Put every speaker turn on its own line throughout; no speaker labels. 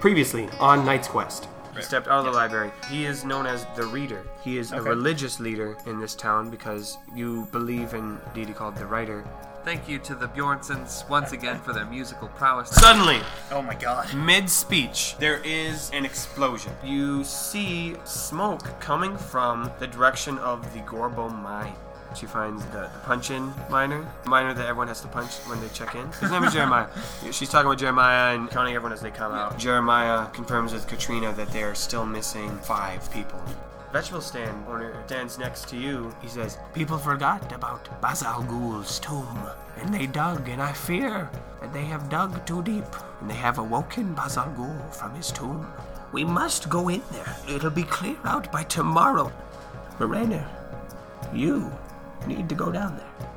previously on Knight's Quest. He
Right.
stepped out of the library. He is known as the Reader. He is a
Okay.
religious leader in this town because you believe in a deity called the Writer.
Thank you to the Bjornsons once again for their musical prowess.
Suddenly,
Oh my god.
mid speech, there is an explosion. You see smoke coming from the direction of the Gorbo mine. She finds the, the punch in miner, miner that everyone has to punch when they check in. His name is Jeremiah. She's talking with Jeremiah and counting everyone as they come out. Jeremiah confirms with Katrina that they are still missing five people. Vegetable stand owner stands next to you. He says, People forgot about Baz al Ghul's tomb, and they dug, and I fear that they have dug too deep, and they have awoken Baz al Ghul from his tomb. We must go in there. It'll be clear out by tomorrow. Morena, you need to go down there.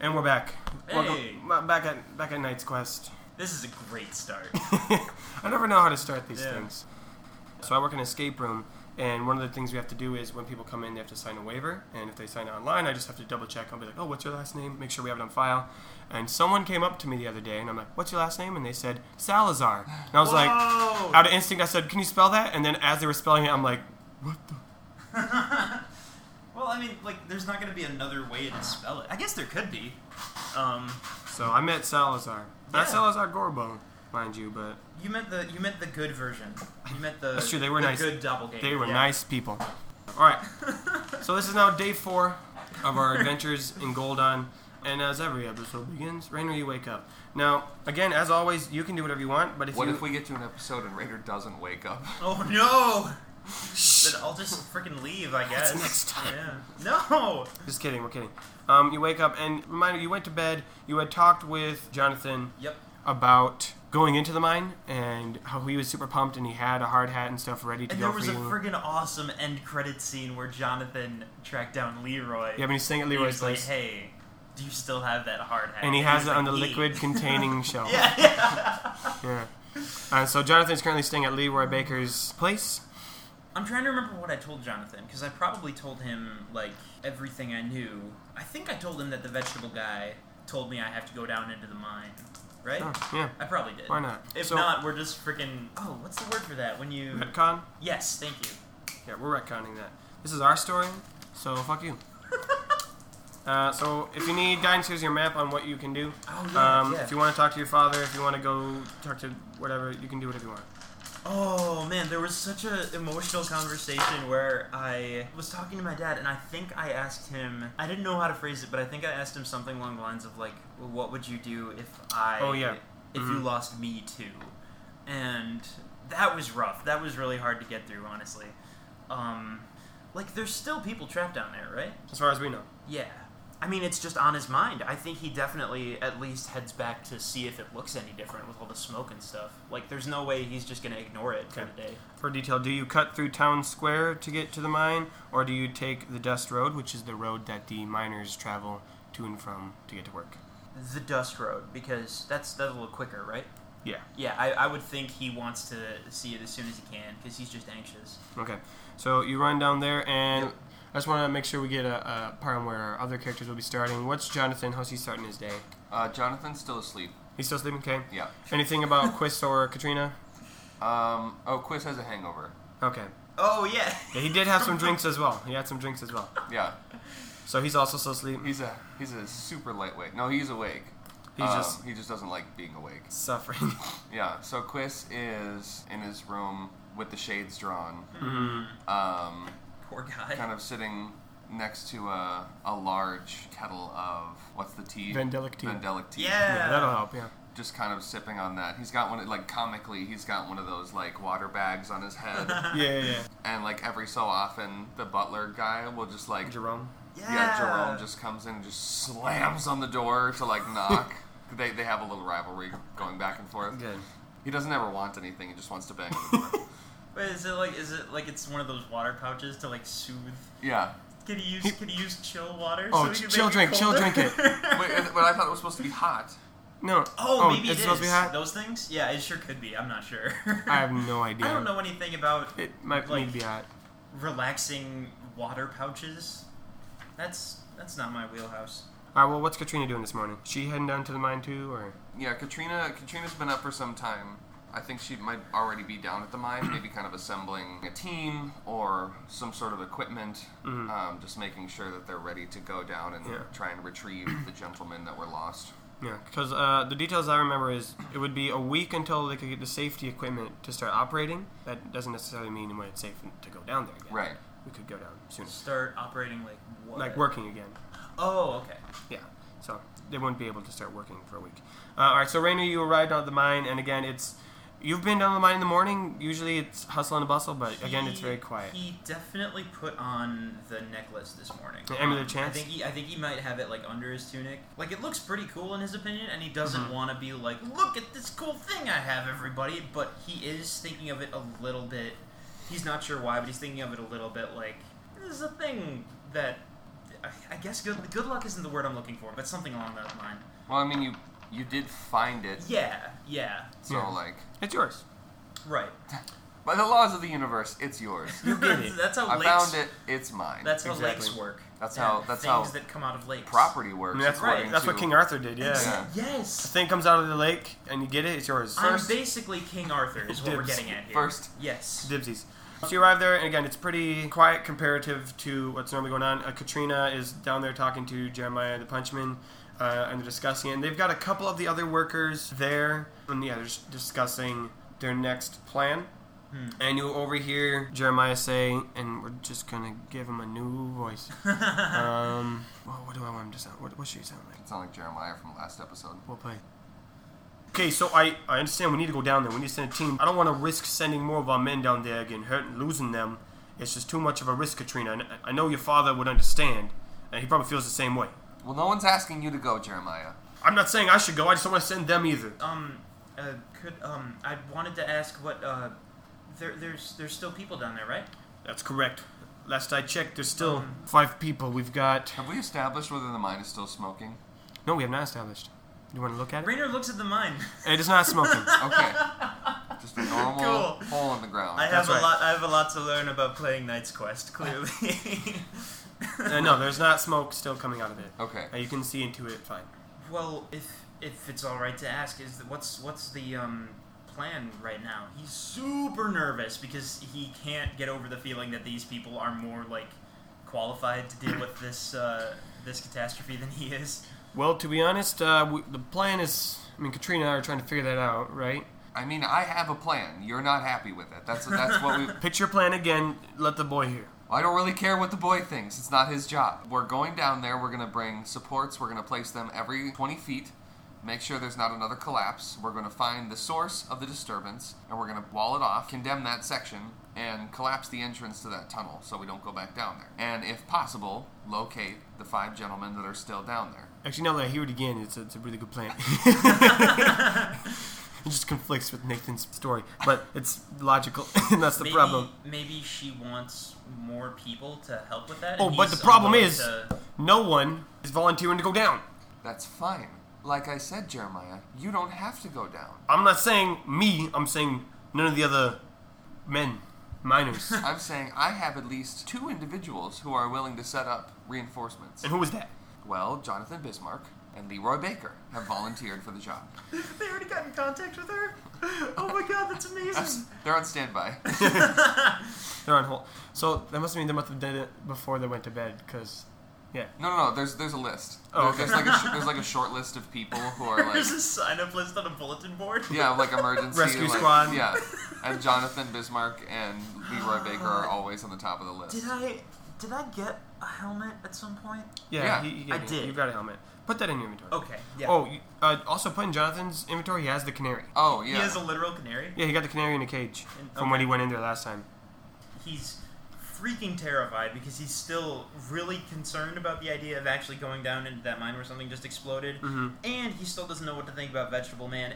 And we're back.
Hey.
Welcome m- back at back at Knight's Quest.
This is a great start.
I never know how to start these
Yeah.
things. So I work in an escape room, and one of the things we have to do is when people come in, they have to sign a waiver. And if they sign it online, I just have to double check. I'll be like, oh, what's your last name? Make sure we have it on file. And someone came up to me the other day, and I'm like, what's your last name? And they said, Salazar. And I was like,
Whoa.
out of instinct, I said, can you spell that? And then as they were spelling it, I'm like, what the?
well, I mean, like, there's not gonna be another way to spell it. I guess there could be. Um,
So I met Salazar. Not
Yeah.
Salazar Gorbo, mind you, but
you meant the you meant the good version. You meant the
That's true, they were
the
nice.
good doppelganger.
They were
yeah.
nice people. All right. so this is now day four of our adventures in Goldon. And as every episode begins, Rainer, you wake up. Now, again, as always, you can do whatever you want, but if
What
you...
if we get to an episode and Raider doesn't wake up?
Oh no! then I'll just freaking leave, I guess.
next time.
Yeah. No.
Just kidding, we're kidding. Um, you wake up, and reminder, you went to bed, you had talked with Jonathan
Yep.
about going into the mine, and how he was super pumped, and he had a hard hat and stuff ready to
And
go
there was
for
a
you.
friggin' awesome end credit scene where Jonathan tracked down Leroy.
yeah, but he's staying at
He
Leroy's
was like,
place.
"Hey, do you still have that hard hat?"
and he
was
has it on the
like, "Yeah."
liquid containing shelf.
Yeah, yeah.
Yeah. Uh, so Jonathan's currently staying at Leroy Baker's place.
I'm trying to remember what I told Jonathan because I probably told him like everything I knew. I think I told him that the vegetable guy told me I have to go down into the mine, right?
Oh, yeah.
I probably did.
Why not?
If
So-
not, we're just freaking. Oh, what's the word for that? When you
Retcon?
yes, thank you.
Yeah, we're retconning that. This is our story, so fuck you. Uh, so if you need guidance, here's your map on what you can do.
Oh
Um, If you want to talk to your father, if you want to go talk to whatever, you can do whatever you want.
Oh man, there was such an emotional conversation where I was talking to my dad, and I think I asked him. I didn't know how to phrase it, but I think I asked him something along the lines of like, well, "What would you do if I?
Oh, yeah.
if you
Mhm.
lost me too?" And that was rough. That was really hard to get through, honestly. Um, like, there's still people trapped down there, right?
As far as we know.
Yeah. I mean, it's just on his mind. I think he definitely at least heads back to see if it looks any different with all the smoke and stuff. Like, there's no way he's just going to ignore it for
Okay.
the day.
For detail, do you cut through town square to get to the mine, or do you take the dust road, which is the road that the miners travel to and from to get to work?
The dust road, because that's that's a little quicker, right?
Yeah.
Yeah, I, I would think he wants to see it as soon as he can, because he's just anxious.
Okay, so you run down there, and I just want to make sure we get a, a part on where our other characters will be starting. What's Jonathan? How's he starting his day?
Uh, Jonathan's still asleep.
He's still sleeping, okay?
Yeah.
Anything about Quist or Katrina?
Um, oh, Quiz has a hangover.
Okay.
Oh, yeah.
Yeah, he did have some drinks as well. He had some drinks as well.
Yeah,
So he's also still sleeping.
he's a he's a super lightweight. No, he's awake.
He
Um,
just-
he just doesn't like being awake.
Suffering.
Yeah. So Quiz is in his room with the shades drawn,
mm.
um,
Poor guy.
kind of sitting next to a, a large kettle of what's the tea?
Vandelic tea.
Vandelic tea.
Yeah.
Yeah, that'll help, yeah.
just kind of sipping on that. He's got one like comically, he's got one of those like water bags on his head,
Yeah, yeah.
and like every so often, the butler guy will just like
Jerome.
Yeah.
yeah, Jerome just comes in and just slams on the door to like knock. they they have a little rivalry going back and forth.
Good.
He doesn't ever want anything. He just wants to bang on the door.
Wait, is it like is it like it's one of those water pouches to like soothe?
yeah.
Can he use can he use chill water?
Oh,
he can
chill
make
drink, chill
colder?
drink it.
Wait, and- but I thought it was supposed to be hot.
No.
oh, maybe
it's
it
supposed to be
is.
hot.
Those things? Yeah, it sure could be. I'm not sure.
I have no idea.
I don't know anything about
It might
Like-
need to be hot.
relaxing water pouches. That's that's not my wheelhouse.
All right. Well, what's Katrina doing this morning? She heading down to the mine too, or?
Yeah, Katrina. Katrina's been up for some time. I think she might already be down at the mine, maybe kind of assembling a team or some sort of equipment, um, just making sure that they're ready to go down and
Mm-hmm. Yeah.
try and retrieve the gentlemen that were lost.
Yeah, because uh, the details I remember is it would be a week until they could get the safety equipment to start operating. That doesn't necessarily mean when it's safe to go down there again.
Right.
We could go down sooner.
Start operating like what?
Like working again.
Oh, okay.
Yeah. So they wouldn't be able to start working for a week. Uh, all right. So Rainer, you arrived down at the mine, and again, it's you've been down the mine in the morning. Usually it's hustle and bustle, but again, it's
He-
very quiet.
He definitely put on the necklace this morning.
The Amulet of
Um,
Chance?
I think he, I think he might have it like under his tunic. Like it looks pretty cool in his opinion, and he doesn't
Mm-hmm.
want to be like, look at this cool thing I have, everybody. But he is thinking of it a little bit. He's not sure why, but he's thinking of it a little bit like this is a thing that I- I guess good good luck isn't the word I'm looking for, but something along that line.
Well, I mean, you you did find it,
Yeah, yeah,
so
Yeah.
like
It's yours.
right.
by the laws of the universe, it's yours.
You get it.
that's how
I
lakes.
found it. It's mine.
That's how
Exactly.
lakes work.
That's
And
how- that's
things
how
that come out of lakes.
property works.
I mean, that's
right.
according
That's what
to-
King Arthur did. Yeah.
Yeah.
The
Yes.
thing comes out of the lake, and you get it. It's yours.
i I'm
First-
basically King Arthur, is what we're
Dibs.
getting at here.
First,
Yes.
Dibsies. So you arrive there, and again, it's pretty quiet comparative to what's normally going on. Uh, Katrina is down there talking to Jeremiah the Punchman, uh, and they're discussing it. And they've got a couple of the other workers there, and yeah, they're just discussing their next plan. And you overhear Jeremiah say, and we're just gonna give him a new voice. um, well, what do I want him to sound? What, what should he sound like?
it's not like Jeremiah from last episode.
We'll play. Okay, so I, I understand we need to go down there. We need to send a team. I don't want to risk sending more of our men down there again, hurting, losing them. It's just too much of a risk, Katrina. And I- I know your father would understand, and he probably feels the same way.
Well, no one's asking you to go, Jeremiah.
I'm not saying I should go. I just don't want to send them either.
Um, uh, could um, I wanted to ask what uh, there there's there's still people down there, right?
That's correct. Last I checked, there's still
Um,
five people. We've got.
Have we established whether the mine is still smoking?
No, we have not established. You want to look at it?
Rainer looks at the mine.
It is not smoking.
Okay. Just a normal
Cool.
hole in the ground.
I have
That's right.
a lot. I have a lot to learn about playing Knight's Quest. Clearly.
Uh, no, there's not smoke still coming out of it.
okay.
Uh, you can see into it fine.
Well, if if it's all right to ask, is that what's what's the um plan right now? He's super nervous because he can't get over the feeling that these people are more like qualified to deal with this uh, this catastrophe than he is.
Well, to be honest, uh, we, the plan is. I mean, Katrina and I are trying to figure that out, right?
I mean, I have a plan. You're not happy with it. That's that's what we.
Pitch your plan again. Let the boy hear.
I don't really care what the boy thinks. It's not his job. We're going down there. We're gonna bring supports. We're gonna place them every 20 feet. Make sure there's not another collapse. We're gonna find the source of the disturbance, and we're gonna wall it off, condemn that section, and collapse the entrance to that tunnel so we don't go back down there. And if possible, locate the five gentlemen that are still down there.
Actually, now that I hear it again, it's a, it's a really good plan. it just conflicts with Nathan's story, but it's logical, and that's the
maybe,
problem.
Maybe she wants more people to help with that.
Oh,
and
but
he's
the problem
unwilling
is-
to-
No one is volunteering to go down.
That's fine. Like I said, Jeremiah, you don't have to go down.
I'm not saying me. I'm saying none of the other men, miners.
I'm saying I have at least two individuals who are willing to set up reinforcements.
and who was that?
Well, Jonathan Bismarck and Leroy Baker have volunteered for the job.
they already got in contact with her. Oh my god, that's amazing.
They're on standby.
They're on hold. So that must mean they must have done it before they went to bed, because yeah.
No, no, no. There's there's a list.
Oh,
There- there's like a sh- there's like a short list of people who are like
There's a sign-up list on a bulletin board.
yeah like emergency
Rescue
like-
squad.
Yeah, and Jonathan Bismarck and Leroy Baker are always on the top of the list.
Did I did I get a helmet at some point?
Yeah,
Yeah,
he, he gave
I
me-
did.
You've got a helmet. Put that in your inventory.
Okay. Yeah.
Oh, you- uh, also put in Jonathan's inventory. He has the canary.
Oh
he
yeah.
has a literal canary.
Yeah, he got the canary in a cage
In-
from when he
okay.
went in there last time.
He's freaking terrified because he's still really concerned about the idea of actually going down into that mine where something just exploded.
Mm-hmm.
And he still doesn't know what to think about Vegetable Man.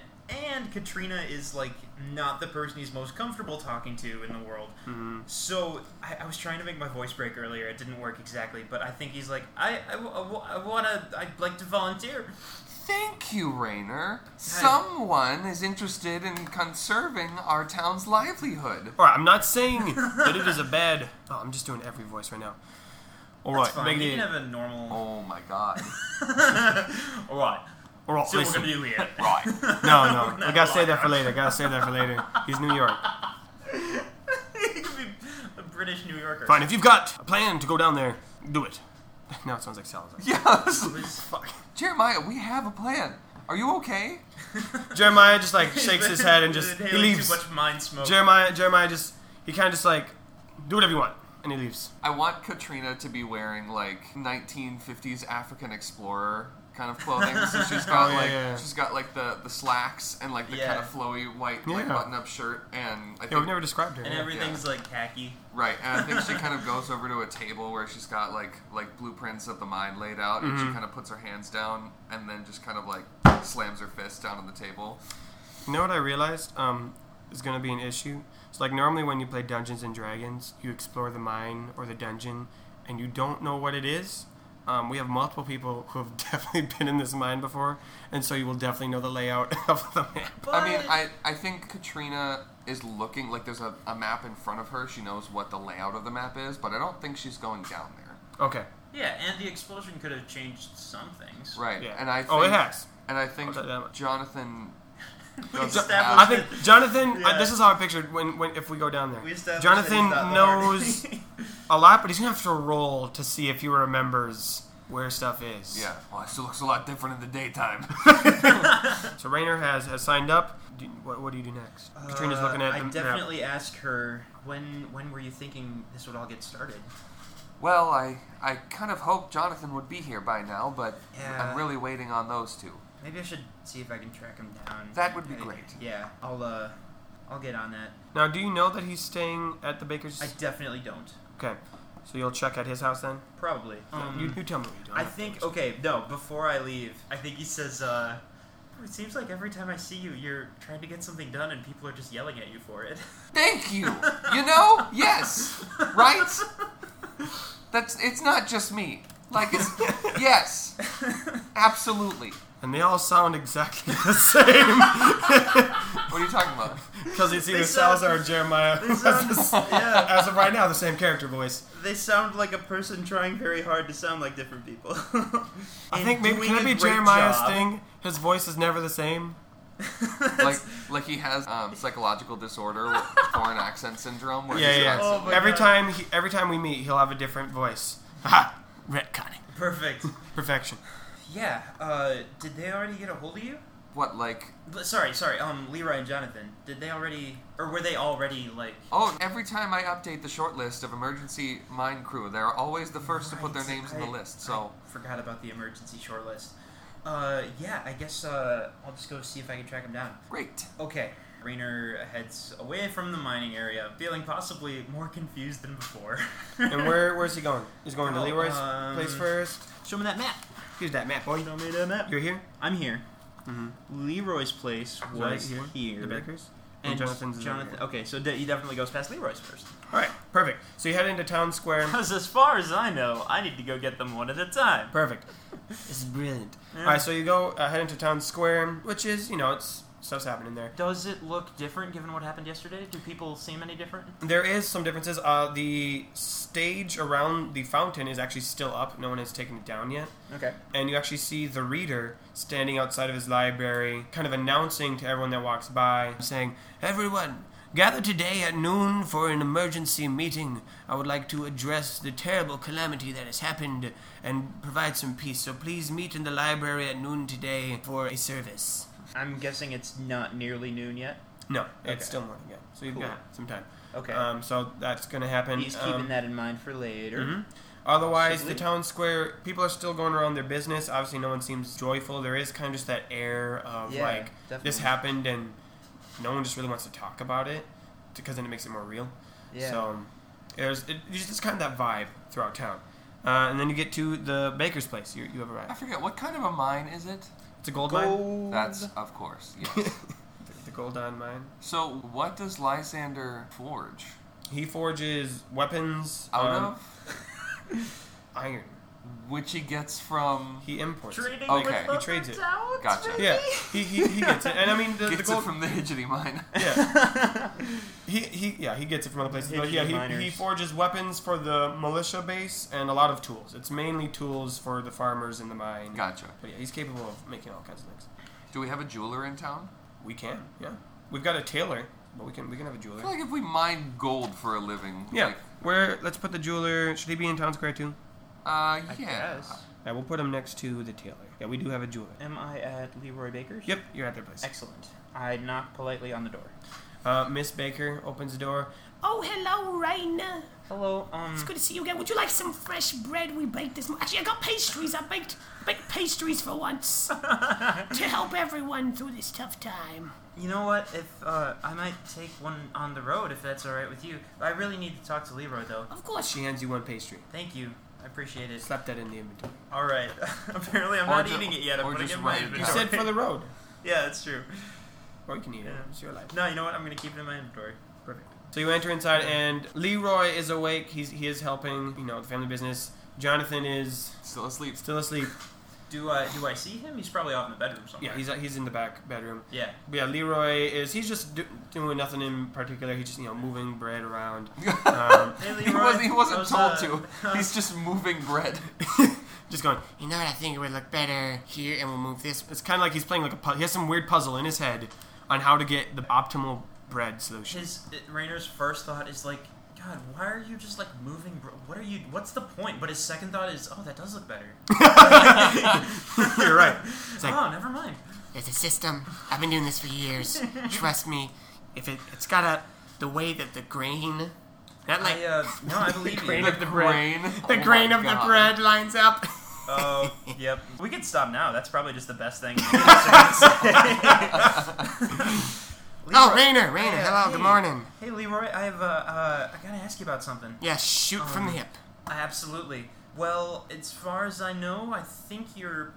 And Katrina is like not the person he's most comfortable talking to in the world.
Mm-hmm.
So I, I was trying to make my voice break earlier. It didn't work exactly, but I think he's like, I, I, w- I w- I wanna, I'd like to volunteer.
Thank you, Rainer. Someone is interested in conserving our town's livelihood.
All right, I'm not saying that it is a bad. Oh, I'm just doing every voice right now. All right,
That's fine.
make
You
it-
can have a normal.
Oh my god.
All right.
all Oh, right,
So what
listen.
we're gonna do here.
right.
No, no,
We're
I
not
gotta say that for
allowed.
later. I gotta say that for later. He's New York.
He could be a British New Yorker.
Fine, if you've got a plan to go down there, do it. Now it sounds like Salazar.
Yes.
Fuck.
Jeremiah, we have a plan. Are you okay?
Jeremiah just like shakes his head and just he
Inhaling
leaves.
Too much mind smoke.
Jeremiah, Jeremiah just he kind of just like do whatever you want, and he leaves.
I want Katrina to be wearing like 1950s African explorer kind of clothing. so she's got
Oh, yeah,
like
yeah.
she's got like the the slacks and like the
Yeah.
kind of flowy white like
Yeah.
button up shirt and I think
Yeah, we've never described her.
and
yeah.
everything's like khaki.
right and I think she kind of goes over to a table where she's got like like blueprints of the mine laid out and she
Mm-hmm.
kind of puts her hands down and then just kind of like slams her fist down on the table.
You know what I realized um, is going to be an issue? It's like normally when you play Dungeons and Dragons, you explore the mine or the dungeon, and you don't know what it is. Um, we have multiple people who have definitely been in this mine before, and so you will definitely know the layout of the map.
But
I mean, I, I think Katrina is looking like there's a, a map in front of her. She knows what the layout of the map is, but I don't think she's going down there.
Okay,
yeah, and the explosion could have changed some things.
Right.
yeah.
And I think,
oh, it has.
And I think
I'll tell you that much.
Jonathan
We
does
established
have-
I think Jonathan. I-
Yeah.
this is how I pictured when, when if we go down there.
We established that
Jonathan
he's not the
knows
hard-
a lot, but he's gonna have to roll to see if he remembers where stuff is.
Yeah. Well, it still looks a lot different in the daytime.
So Rainer has has signed up. Do, what, what do you do next? Katrina's
Uh,
looking at
I
the map.
definitely ask her when. When were you thinking this would all get started?
well, I I kind of hoped Jonathan would be here by now, but
Yeah.
I'm really waiting on those two.
Maybe I should see if I can track him down.
That would be
I-
great.
Yeah, I'll. uh... I'll get on that.
Now, do you know that he's staying at the baker's?
I definitely don't.
okay, so you'll check at his house then.
Probably. Um,
you, you tell me what you do.
I think okay, no, before I leave, I think he says, uh it seems like every time I see you you're trying to get something done and people are just yelling at you for it.
Thank you. You know? Yes. Right? That's it's not just me. Like it's yes. Absolutely.
And they all sound exactly the same
What are you talking about?
because it's
They
either
sound-
Salazar or Jeremiah. who
They
has
sound
the s-
yeah,
As of right now, the same character voice.
they sound like a person trying very hard to sound like different people.
I
And
think maybe
doing
can it
a
be
great
Jeremiah's
job.
thing? His voice is never the same.
Like like he has um, psychological disorder with foreign accent syndrome where
Yeah,
he's
yeah.
Oh
constantly
my
every
God.
time, he, every time we meet, he'll have a different voice. Ha! Retconning.
Perfect.
Perfection.
Yeah, uh did they already get a hold of you?
what like
L- Sorry, sorry. Um, Leroy and Jonathan, did they already, or were they already like?
Oh, every time I update the short list of emergency mine crew, they're always the first to put their
Right,
names in the
I-
list. So,
I forgot about the emergency short list. Uh, yeah, I guess uh, I'll just go see if I can track him down.
great.
Okay. Rainer heads away from the mining area, feeling possibly more confused than before.
And where where's he going? He's going to
Oh,
Leroy's
um,
place first.
Show me that map.
Here's that map, boy.
Show me that map.
You're here.
I'm here.
Mhm.
Leroy's place was
Right
here.
The baker's.
And
Jonathan's is over
Jonathan.
here.
Okay, so de- he definitely goes past Leroy's first.
All right, perfect. So you head into town square.
Because as far as I know, I need to go get them one at a time.
Perfect. This is brilliant.
Yeah.
All right, so you go uh, head into town square, which is you know it's stuff's happening there.
Does it look different given what happened yesterday? Do people seem any different?
There is some differences. Uh, the stage around the fountain is actually still up. No one has taken it down yet.
Okay.
and you actually see the reader standing outside of his library, kind of announcing to everyone that walks by, saying, Everyone, gather today at noon for an emergency meeting. I would like to address the terrible calamity that has happened and provide some peace, so please meet in the library at noon today for a service.
I'm guessing it's not nearly noon yet.
No,
Okay.
it's still morning yet, so you've
Cool.
got some time.
Okay.
Um, so that's going to happen.
He's keeping
um,
that in mind for later.
mhm. Otherwise,
Should
the
we?
town square, people are still going around their business. Obviously, no one seems joyful. There is kind of just that air of
Yeah,
like this
definitely.
happened, and no one just really wants to talk about it because then it makes it more real.
Yeah.
So um, there's it, it's just kind of that vibe throughout town. Uh, and then you get to the baker's place. You, you have
I
arrived.
forget what kind of a mine is it.
It's a gold, mine.
Gold.
That's of course. Yes.
The gold on mine.
so what does Lysander forge
He forges weapons
out
um,
of?
iron.
Which he gets from
He imports. it.
Trading
Okay.
with
He
the
trades it.
Bretons,
Gotcha.
maybe?
Yeah, he, he, he gets it, and I mean the, the
gets
gold.
it from the Hidgety mine.
yeah, he, he yeah he gets it from other places. But
Hidden
yeah, he,
miners.
he forges weapons for the militia base and a lot of tools. It's mainly tools for the farmers in the mine.
Gotcha.
But yeah, he's capable of making all kinds of things.
Do we have a jeweler in town?
We can, yeah. We've got a tailor, but we can we can have a
I
jeweler.
feel like if we mine gold for a living,
yeah,
like,
where let's put the jeweler. Should he be in town square too?
uh,
I
yeah.
guess.
Yeah, we'll put him next to the tailor. Yeah, we do have a jeweler.
Am I at Leroy Baker's?
Yep, you're at their place.
Excellent. I knock politely on the door.
Uh, Miss Baker opens the door.
Oh, hello, Raina.
Hello, um,
It's good to see you again. Would you like some fresh bread we baked this morning? Actually, I got pastries. I baked baked pastries for once to help everyone through this tough time.
you know what? If, uh, I might take one on the road if that's alright with you. I really need to talk to Leroy, though.
Of course.
She hands you one pastry.
Thank you. I appreciate it.
Slap that in the inventory.
Alright. Apparently, I'm
Or
not
ju-
eating it yet. I'm
or
putting
just
it in my
write it
You
down.
inventory.
said for the road,
yeah, that's true.
or you can eat it.
Yeah.
It's your life.
No, you know what? I'm gonna keep it in my inventory.
Perfect. So you enter inside, and Leroy is awake. He's he is helping, you know, the family business. Jonathan is
Still asleep.
still asleep.
Do I do I see him? He's probably off in the bedroom somewhere.
Yeah, he's he's in the back bedroom.
yeah.
But yeah, Leroy is he's just do, doing nothing in particular. He's just you know moving bread around, um,
Hey,
He,
Leroy,
was, he wasn't
how's,
told
uh,
to. He's just moving bread.
just going.
You know what I think would look better here, and we'll move this.
It's kind of like he's playing like a pu- he has some weird puzzle in his head on how to get the optimal bread solution.
His uh, Rayner's first thought is like, God, why are you just like moving? Bro? What are you? What's the point? But his second thought is, Oh, that does look better.
You're right. It's like
oh, never mind.
There's a system. I've been doing this for years. Trust me. If it, it's got a the way that the grain, not like
I uh, no, I believe
Grain
you.
of the bread.
grain.
the
Oh
grain
my
of
God.
the bread lines up.
Oh, yep. We can stop now. That's probably just the best thing.
oh, Rainer, Rainer.
Yeah,
hello. Good
hey.
morning.
Hey, Leroy, I have uh, uh, I gotta ask you about something.
Yeah, shoot from the
Um,
hip.
Absolutely. Well, as far as I know, I think you're.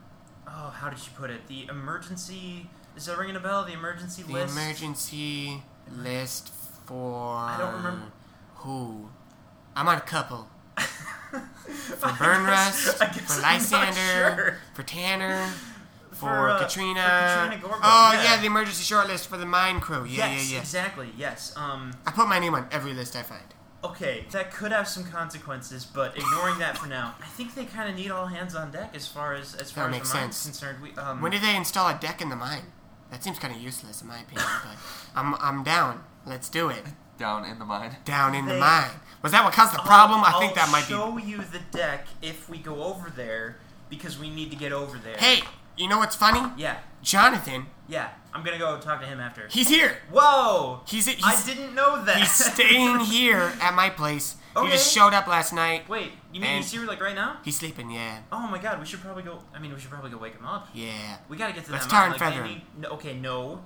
Oh, how did she put it? The emergency. Is that ringing a bell? The emergency
The
list.
emergency list for
I don't remember.
who. I'm on a couple for
I
burn
guess-
rust,
I guess
for
I'm not
Lysander,
sure.
for Tanner. For,
For, uh, for
Katrina.
Katrina Gorbo,
Oh
yeah.
yeah. the emergency shortlist for the mine crew. Yeah,
yes,
yeah, yeah.
exactly. Yes. Um.
I put my name on every list I find.
Okay, that could have some consequences, but ignoring that for now, I think they kind of need all hands on deck as far as as far as
makes
the mine's
sense.
concerned. We um.
When did they install a deck in the mine? That seems kind of useless in my opinion, but I'm I'm down. Let's do it.
Down in the mine.
Down in the
They- Oh,
mine. Was that what caused the problem?
I'll,
I think
I'll
that might
show you the deck if we go over there because we need to get over there.
be. Hey, you know what's funny?
Yeah.
Jonathan,
Yeah. I'm gonna go talk to him after.
he's here.
Whoa!
He's he's,
I didn't know that.
he's staying here at my place. He just
Okay.
showed up last night.
Wait, you mean
And-
he's here like right now?
He's sleeping. Yeah,
Oh my god, we should probably go. I mean, we should probably go wake him up.
yeah.
We gotta get to
Let's
that.
tar
mountain,
and
like,
feather
they need- no- okay, no.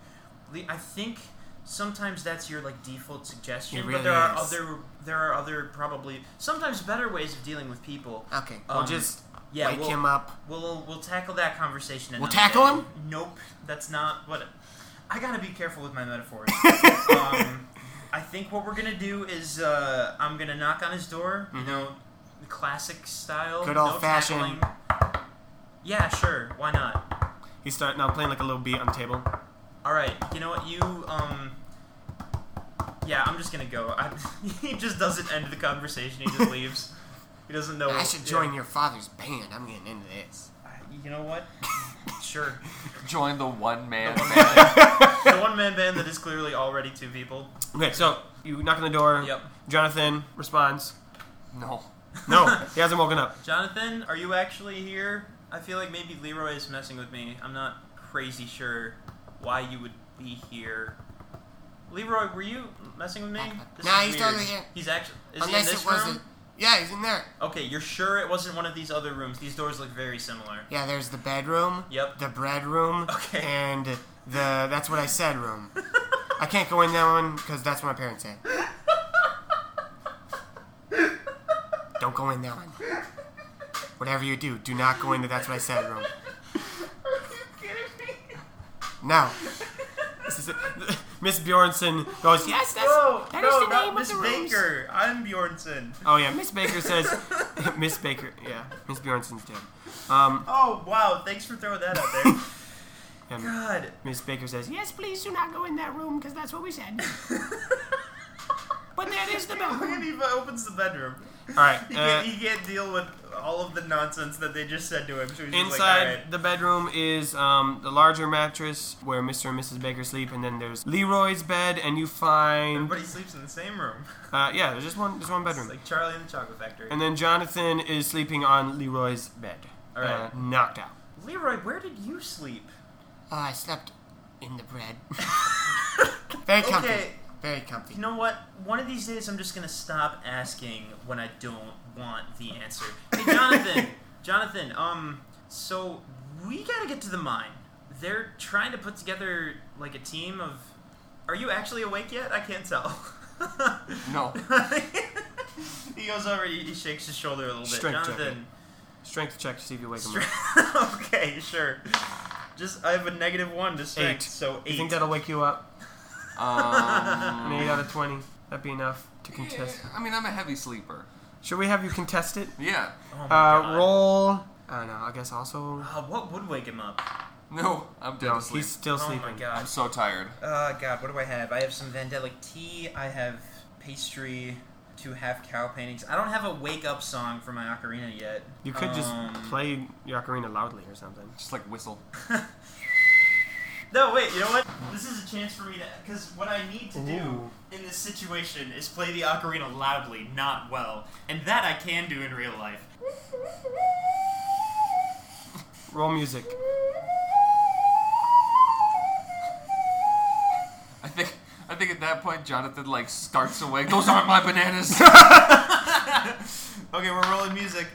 Le- I think sometimes that's your like default suggestion,
It
but
really
there are
is.
other there are other probably sometimes better ways of dealing with people.
Okay,
Um,
we'll just
yeah,
wake
we'll-
him up.
We'll we'll tackle that conversation.
We'll
another
tackle
day.
him?
Nope, that's not what. I gotta be careful with my metaphors.
uh,
um, I think what we're gonna do is uh, I'm gonna knock on his door. You know, classic style.
Good
no
old-fashioned.
tackling. Yeah, sure. Why not?
he's starting now playing like a little beat on the table.
All right. You know what? You um. Yeah, I'm just gonna go. I, he just doesn't end the conversation. He just leaves. He doesn't know.
I should
yeah.
join your father's band. I'm getting into this.
You know what? sure.
Join the one man.
the one man band that is clearly already two people.
Okay, so you knock on the door.
Yep.
Jonathan responds.
no.
No, he hasn't woken up.
Jonathan, are you actually here? I feel like maybe Leroy is messing with me. I'm not crazy sure why you would be here. Leroy, were you messing with me?
Nah,
is
he's
weird.
totally here.
He's actually. Is he in
Unless
this
it was
room?
a Yeah, he's in there.
Okay, you're sure it wasn't one of these other rooms. These doors look very similar.
Yeah, there's the bedroom.
Yep.
The bread room.
Okay.
And the that's what I said room. I can't go in that one because that's what my parents said. Don't go in that one. Whatever you do, do not go into that's what I said room. No.
This is- Miss Bjornson goes, yes, that's.
No,
That
no,
is the
not
name of
Miss
the rooms.
Baker. I'm Bjornson.
Oh, yeah, Miss Baker says, Miss Baker, yeah, Miss Bjornson's dead. Um,
Oh wow! Thanks for throwing that out there.
and
God.
Miss Baker says,
Yes, please do not go in that room because that's what we said. but that is the bedroom.
And he opens the bedroom.
all right.
He,
Uh,
can't, he can't deal with all of the nonsense that they just said to him. So he's just
Inside
like, all
the bedroom is um, the larger mattress where Mr. and Mrs. Baker sleep, and then there's Leroy's bed, and you
right.
find
Everybody sleeps in the same room.
uh, yeah, there's just one, there's one
It's
bedroom,
like Charlie and the Chocolate Factory.
and then Jonathan is sleeping on Leroy's bed,
All right.
uh, knocked out.
Leroy, where did you sleep?
Oh, I slept in the bread. Very comfy.
Okay.
Very comfy.
You know what? One of these days, I'm just gonna stop asking when I don't want the answer. Hey, Jonathan. Jonathan. Um. So we gotta get to the mine. They're trying to put together like a team of. Are you actually awake yet? I can't tell.
No.
he goes over. He he shakes his shoulder a little bit.
Strength check
Jonathan.
Strength check to see if you wake him up.
Strength- okay, sure. Just I have a negative one to strength,
Eight.
so eight.
You think that'll wake you up? An
Uh,
Um,
eight out of twenty. That'd be enough to contest.
I mean, I'm a heavy sleeper.
Should we have you contest it?
Yeah.
oh my
Uh,
God.
roll. I don't know. I guess also.
Uh, what would wake him up?
No, I'm dead
No,
asleep.
he's still
Oh
sleeping.
my
I'm
god.
so tired.
Uh, God, what do I have? I have some Vandelic tea. I have pastry. Two half cow paintings. I don't have a wake up song for my ocarina yet.
You could just
Um,
play your ocarina loudly or something.
Just like whistle.
No, wait. You know what? This is a chance for me to, because what I need to do in this situation is play the ocarina loudly, not well, and that I can do in real life.
Roll music.
I think. I think at that point Jonathan like starts awake. Those aren't my bananas.
Okay, we're rolling music.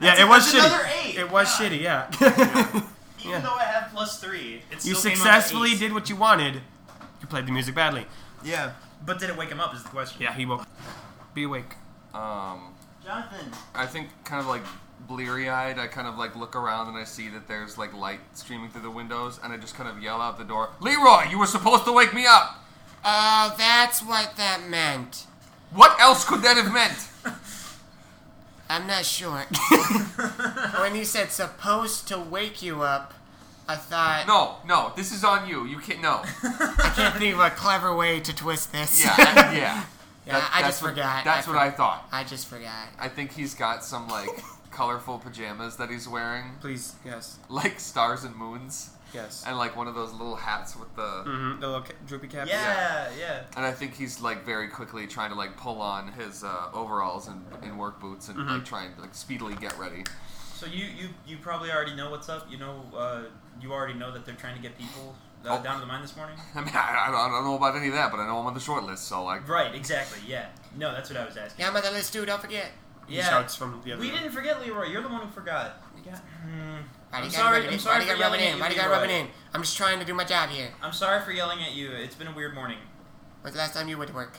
Yeah,
That's-
it was
that's
shitty.
another eight.
It was
God.
shitty. Yeah.
Even
Yeah.
though I have plus three, it's
you successfully did what you wanted. You played the music badly.
Yeah, but did it wake him up? Is the question.
Yeah, he woke. Be awake.
um,
Jonathan.
I think kind of like bleary eyed, I kind of like look around and I see that there's like light streaming through the windows, and I just kind of yell out the door, Leroy, you were supposed to wake me up!
Oh, that's what that meant.
What else could that have meant?
I'm not sure. when you said supposed to wake you up, I thought
No, no, this is on you. You can't, no.
I can't think of a clever way to twist this.
Yeah, I- yeah.
Yeah, I
that's
just
what-
forgot.
That's
I
what I thought.
I just forgot.
I think he's got some like colorful pajamas that he's wearing,
Please. Yes.
like stars and moons,
Yes.
and like one of those little hats with
Hmm.
the.
Mm-hmm. The little ca- droopy cap.
Yeah, yeah.
And I think he's like very quickly trying to like pull on his uh, overalls and, and work boots and like try and like speedily get ready.
So you, you you probably already know what's up. You know, uh, you already know that they're trying to get people uh,
Oh.
down to the mine this morning.
I mean, I, I don't- I don't know about any of that, but I know I'm on the short list, so like,
Right. Exactly. Yeah. No, that's what I was asking.
Yeah, mother, let's do. Don't forget.
He
Yeah.
shouts from the other.
we
room.
didn't forget Leroy. You're the one who forgot. Yeah. Hmm.
Why do you
I'm
gotta
sorry-
rub it
I'm sorry
in? Why do you
for
gotta rub it
yelling
in?
at
Why do
you,
you gotta rub it
Leroy.
in? I'm just trying to do my job here.
I'm sorry for yelling at you. It's been a weird morning.
When's the last time you went to work?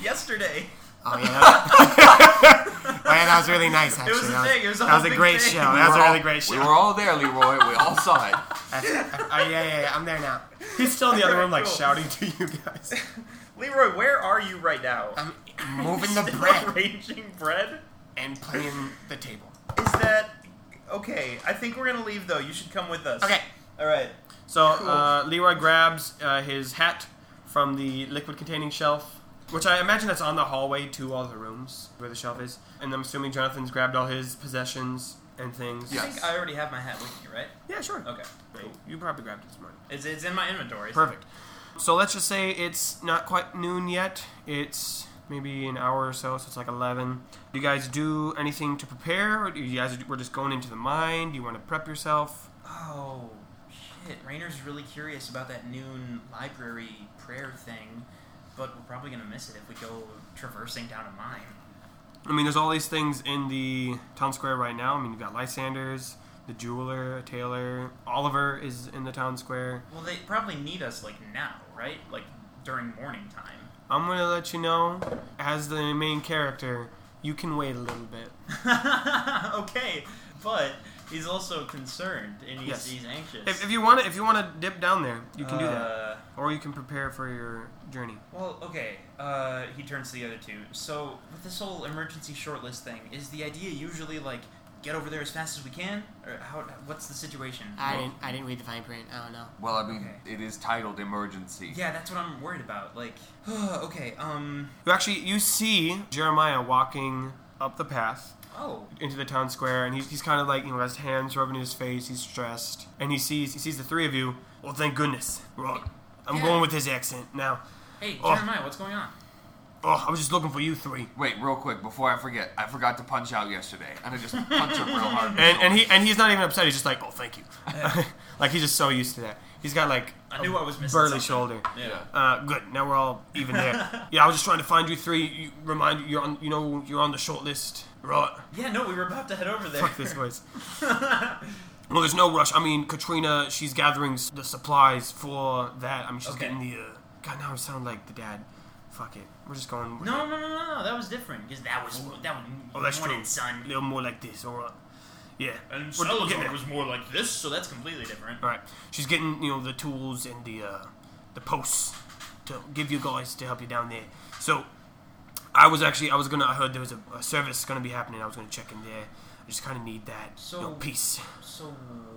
Yesterday.
Oh yeah. That was, oh, yeah, that was really nice. Actually,
was a
that
thing, it was a
that
whole
was a
big
great
thing.
show.
We
That was
were
a
all-
really great show.
we were all there, Leroy. We all saw it.
That's- oh, yeah, yeah, yeah. I'm there now.
He's still in the other room, like
Cool.
shouting to you guys.
Leroy, where are you right now?
I'm moving the
Still
bread
Arranging bread.
and playing the table.
Is that okay? I think we're gonna leave though. You should come with us.
Okay.
All right.
So uh, Leroy grabs uh, his hat from the liquid-containing shelf, which I imagine that's on the hallway to all the rooms where the shelf is. And I'm assuming Jonathan's grabbed all his possessions and things.
I think I already have my hat with me, right?
Yeah. Sure.
Okay.
Cool. You probably grabbed it this morning.
It's, it's in my inventory. so-
Perfect. So let's just say it's not quite noon yet. It's maybe an hour or so, so it's like 11. Do you guys do anything to prepare? Or do you guys we're just going into the mine? Do you want to prep yourself?
Oh shit! Rainer's really curious about that noon library prayer thing, but we're probably gonna miss it if we go traversing down a mine.
I mean, there's all these things in the town square right now. I mean, you've got Lysanders, the jeweler, Taylor, Oliver is in the town square.
Well, they probably need us like now, right? Like during morning time.
I'm gonna let you know, as the main character, you can wait a little bit.
okay, but he's also concerned and he's,
Yes.
he's anxious.
If, if you want to, if you want to dip down there, you can do that,
Uh,
or you can prepare for your journey.
Well, okay. Uh, he turns to the other two. So with this whole emergency shortlist thing, is the idea usually like get over there as fast as we can, or how? What's the situation?
I didn't. I didn't read the fine print. I don't know.
Well, I mean,
Okay.
it is titled Emergency.
yeah, that's what I'm worried about. Like, okay. Um.
You actually you see Jeremiah walking up the path
Oh.
into the town square, and he's, he's kind of like you know has hands rubbing his face. He's stressed, and he sees he sees the three of you. Well, thank goodness. We're all, I'm
Yeah.
going with his accent now.
Hey,
Oh.
Jeremiah, what's going on?
Oh, I was just looking for you three.
Wait, real quick, before I forget, I forgot to punch out yesterday, and I just punched him real hard.
And, and he and he's not even upset. He's just like, oh, thank you. like he's just so used to that. He's got like
I knew I was missing
burly
something.
shoulder.
yeah.
Uh, good. Now we're all even there. yeah, I was just trying to find you three. You, remind you, you're on. You know, you're on the short list. Right.
Yeah. No, we were about to head over there.
Fuck this voice. Well, there's no rush. I mean, Katrina, she's gathering s- the supplies for that. I mean, she's
Okay.
getting the. Uh, God, now I sound like the dad. Fuck it. We're just going. with
no,
it.
no, no, no, no. That was different because that was that was
Oh, that's
morning
true. A
sun.
little more like this, all right. Yeah.
And
We're
Salazar
getting it.
was more like this, so that's completely different.
All right. She's getting you know the tools and the uh, the posts to give you guys to help you down there. So I was actually I was gonna I heard there was a, a service gonna be happening. I was gonna check in there. I just kind of need that. So you know,
So-
peace.
So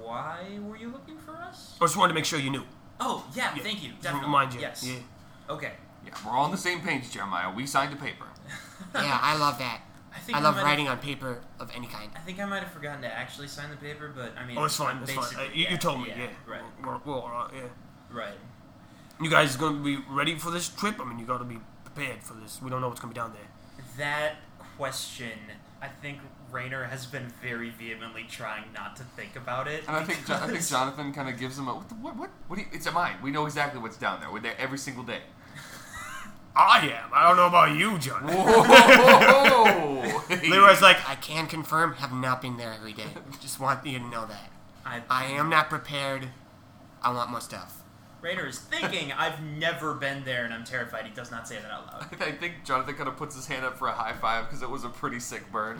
why were you looking for us?
I just wanted to make sure you knew.
Oh, yeah.
Yeah.
Thank you.
Just
Definitely.
Remind you.
Yes.
Yeah.
Okay.
Yeah, we're all on the same page, Jeremiah. We signed a paper.
Yeah, I love that.
I think
I love
might
writing on paper of any kind.
Have, I think I might have forgotten to actually sign the paper, but I mean.
Oh, it's fine. It's fine. Uh,
basically,
you, you
yeah,
told me.
Yeah.
Yeah.
Right.
We're, we're all right. Yeah.
Right.
You guys gonna be ready for this trip? I mean, you gotta be prepared for this. We don't know what's gonna be down there.
That question, I think Rayner has been very vehemently trying not to think about it.
And I think, Jo- I think
because-
Jonathan kind of gives him a what? The, what? What? what do you, it's a mine. We know exactly what's down there. We're there every single day.
I am. I don't know about you, John.
Whoa!
Leroy's like,
I can confirm, have not been there every day. Just want you to know that.
I,
I am not prepared. I want more stuff.
Rayner is thinking, I've never been there, and I'm terrified he does not say that out loud.
I think Jonathan kind of puts his hand up for a high five because it was a pretty sick burn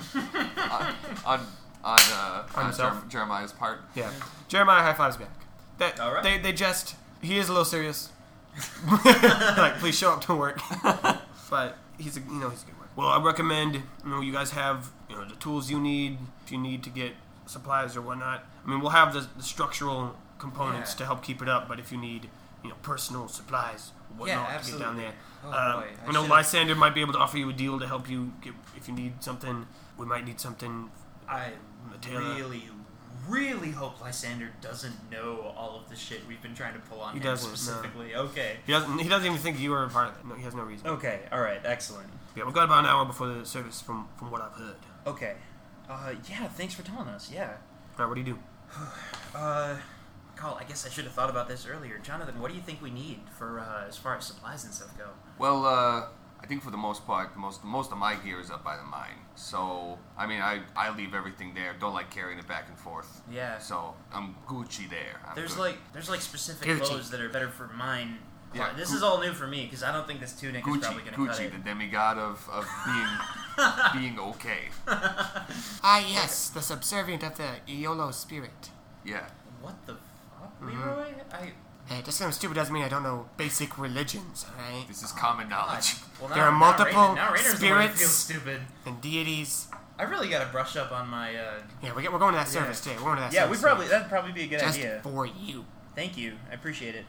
on on on, uh, on
himself.
Jer- Jeremiah's part.
yeah. Jeremiah high fives back. That
All right.
they they just he is a little serious. like, please show up to work. but he's a you know he's a good worker. Well, I recommend you know you guys have you know the tools you need if you need to get supplies or whatnot. I mean, we'll have the, the structural components
Yeah.
to help keep it up, but if you need you know personal supplies, whatnot
Yeah,
to get down
absolutely.
there.
Oh,
Uh,
boy, I
I know
should've-
Lysander might be able to offer you a deal to help you get if you need something. We might need something.
I
Taylor.
really, really hope Lysander doesn't know all of the shit we've been trying to pull on
He
him
doesn't, no.
specifically. Okay.
He doesn't. He doesn't even think you are a part of it. No, he has no reason.
Okay, alright, excellent.
Yeah, we've got about an hour before the service, from from what I've heard.
Okay. Uh, yeah, thanks for telling us, yeah.
All right, what do you do?
Uh, Carl, I guess I should have thought about this earlier. Jonathan, what do you think we need for, uh, as far as supplies and stuff go?
Well, uh, I think for the most part, the most most of my gear is up by the mine. So I mean, I I leave everything there. Don't like carrying it back and forth.
Yeah.
So uh, I'm Gucci there. I'm
There's
good.
like, there's like specific
Gucci.
clothes that are better for mine.
Yeah,
this
Gu-
is all new for me, because I don't think this tunic is
Gucci,
probably gonna cut
Gucci,
it.
the demigod of of being being okay.
Ah, yes, the subservient of the Iolo spirit.
Yeah.
What the fuck,
Mm-hmm.
Leroy? I...
Hey, just 'cause I'm stupid doesn't mean I don't know basic religions, alright?
This is common
God.
knowledge.
Well, now,
There are
now
multiple
Raiden- now Rainer's the one who
spirits.
feels stupid.
And deities.
I really gotta brush up on my, uh...
Yeah, we get, we're going to that service today. We're going to that
Yeah, we
service.
probably,
today.
that'd probably be a good
Just
idea.
for you.
Thank you, I appreciate it.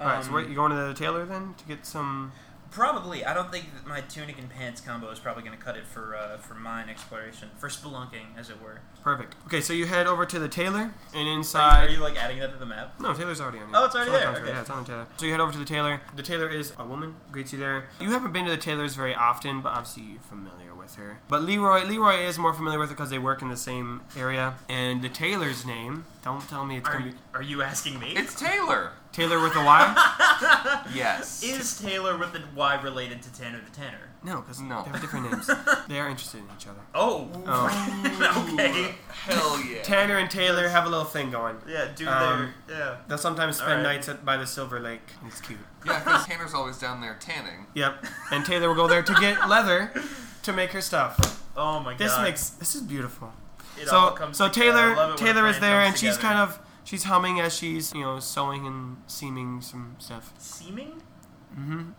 All right, so
Um,
what, you going to the tailor then to get some?
Probably. I don't think that my tunic and pants combo is probably going to cut it for uh, for mine exploration, for spelunking, as it were.
Perfect. Okay, so you head over to the tailor, and
Are
inside.
you like adding that to the map?
No, Taylor's already on here.
Oh, it's already
on the
there,
contract,
okay.
Yeah, it's on the Taylor. So you head over to the Taylor. The Taylor is a woman. Greets you there. You haven't been to the Taylor's very often, but obviously you're familiar with her. But Leroy, Leroy is more familiar with her because they work in the same area. And the Taylor's name. Don't tell me it's
Are,
gonna be.
are you asking me?
It's Taylor.
Taylor with a Y?
Yes.
Is Taylor with the Y related to Tanner the Tanner?
No, because
No.
they have different names. They are interested in each other.
Oh,
Oh.
okay.
Hell yeah.
Tanner and Taylor have a little thing going.
Yeah, dude,
Um,
there. Yeah.
They'll sometimes spend
Alright.
nights at, by the Silver Lake. It's cute.
Yeah, because Tanner's always down there tanning.
Yep. And Taylor will go there to get leather to make her stuff.
Oh my
This
god.
makes this is beautiful.
it all
so
comes
so
together. I love
Taylor
it when a
Taylor is
plan
there
comes
and she's
together.
kind of she's humming as she's you know sewing and seaming some stuff.
seeming.
Mm-hmm.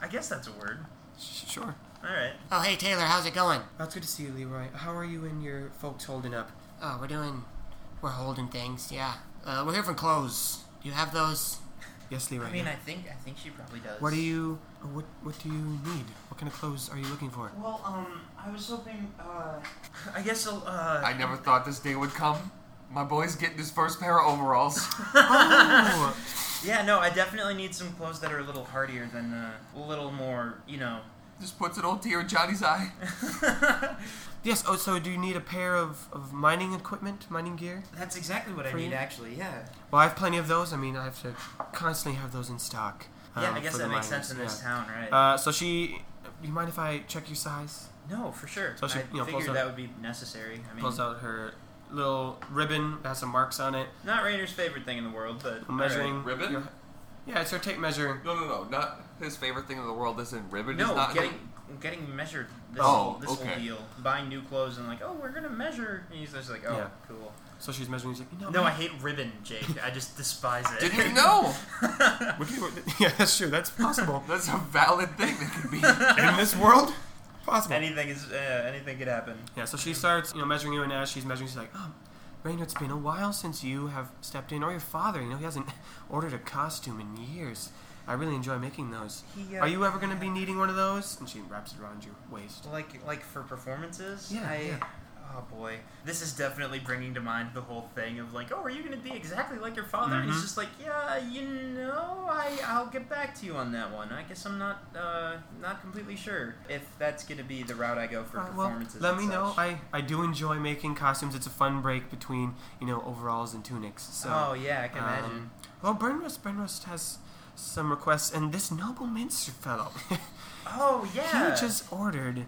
I guess that's a word.
Sure.
All right.
Oh, hey, Taylor, how's it going?
Oh, it's good to see you, Leroy. How are you and your folks holding up?
Oh, we're doing. We're holding things, yeah. Uh, we're here for clothes. Do you have those?
Yes, Leroy.
I think I think she probably does.
what do you what what do you need? What kind of clothes are you looking for?
Well, um, I was hoping. Uh, I guess. Uh, I
I never thought this day would come. My boy's getting his first pair of overalls.
Oh,
yeah, no, I definitely need some clothes that are a little hardier than uh, a little more, you know.
Just puts an old tear in Johnny's eye.
yes. Oh, so do you need a pair of, of mining equipment, mining gear?
That's exactly what I
Free?
need, actually. Yeah.
Well, I have plenty of those. I mean, I have to constantly have those in stock.
yeah,
um,
I guess
for
that
the
makes
miners,
sense in this
yeah.
town, right?
Uh, so she, do you mind if I check your size?
no, for sure.
so she,
I
you know, pulls
figured
out-
that would be necessary. I mean,
Pulls out her little ribbon that has some marks on it.
not Rainer's favorite thing in the world, but
I'm measuring
Alright, ribbon?
your- yeah, it's her tape measure.
No, no, no. Not his favorite thing in the world isn't ribbon.
No,
is not
getting getting measured. This,
Oh,
whole, this
okay.
whole deal. Buying new clothes and like, oh, we're gonna measure. And he's just like, oh,
Yeah.
cool.
So she's measuring. She's like, you know,
No, I hate ribbon, Jake. I just despise it.
Didn't you know?
Would you, yeah, that's true. That's possible
That's a valid thing that could be.
in this world. Possible.
anything is uh, anything could happen.
yeah. So she starts, you know, measuring you, and as she's measuring, she's like, um. Rainer, it's been a while since you have stepped in, or your father. You know, he hasn't ordered a costume in years. I really enjoy making those.
He, uh,
Are you ever going to be needing one of those? And she wraps it around your waist.
like like for performances?
Yeah,
I,
yeah.
Oh boy, this is definitely bringing to mind the whole thing of like, oh, are you gonna be exactly like your father? And
Mhm.
he's just like, yeah, you know, I I'll get back to you on that one. I guess I'm not uh not completely sure if that's gonna be the route I go for
Alright, Uh, well,
performances.
let
and
me know.
such.
I, I do enjoy making costumes. It's a fun break between, you know, overalls and tunics. So,
oh yeah, I can
um,
imagine.
well, Burnrust, Burnrust has some requests, and this noble minster fellow,
Oh yeah.
he just ordered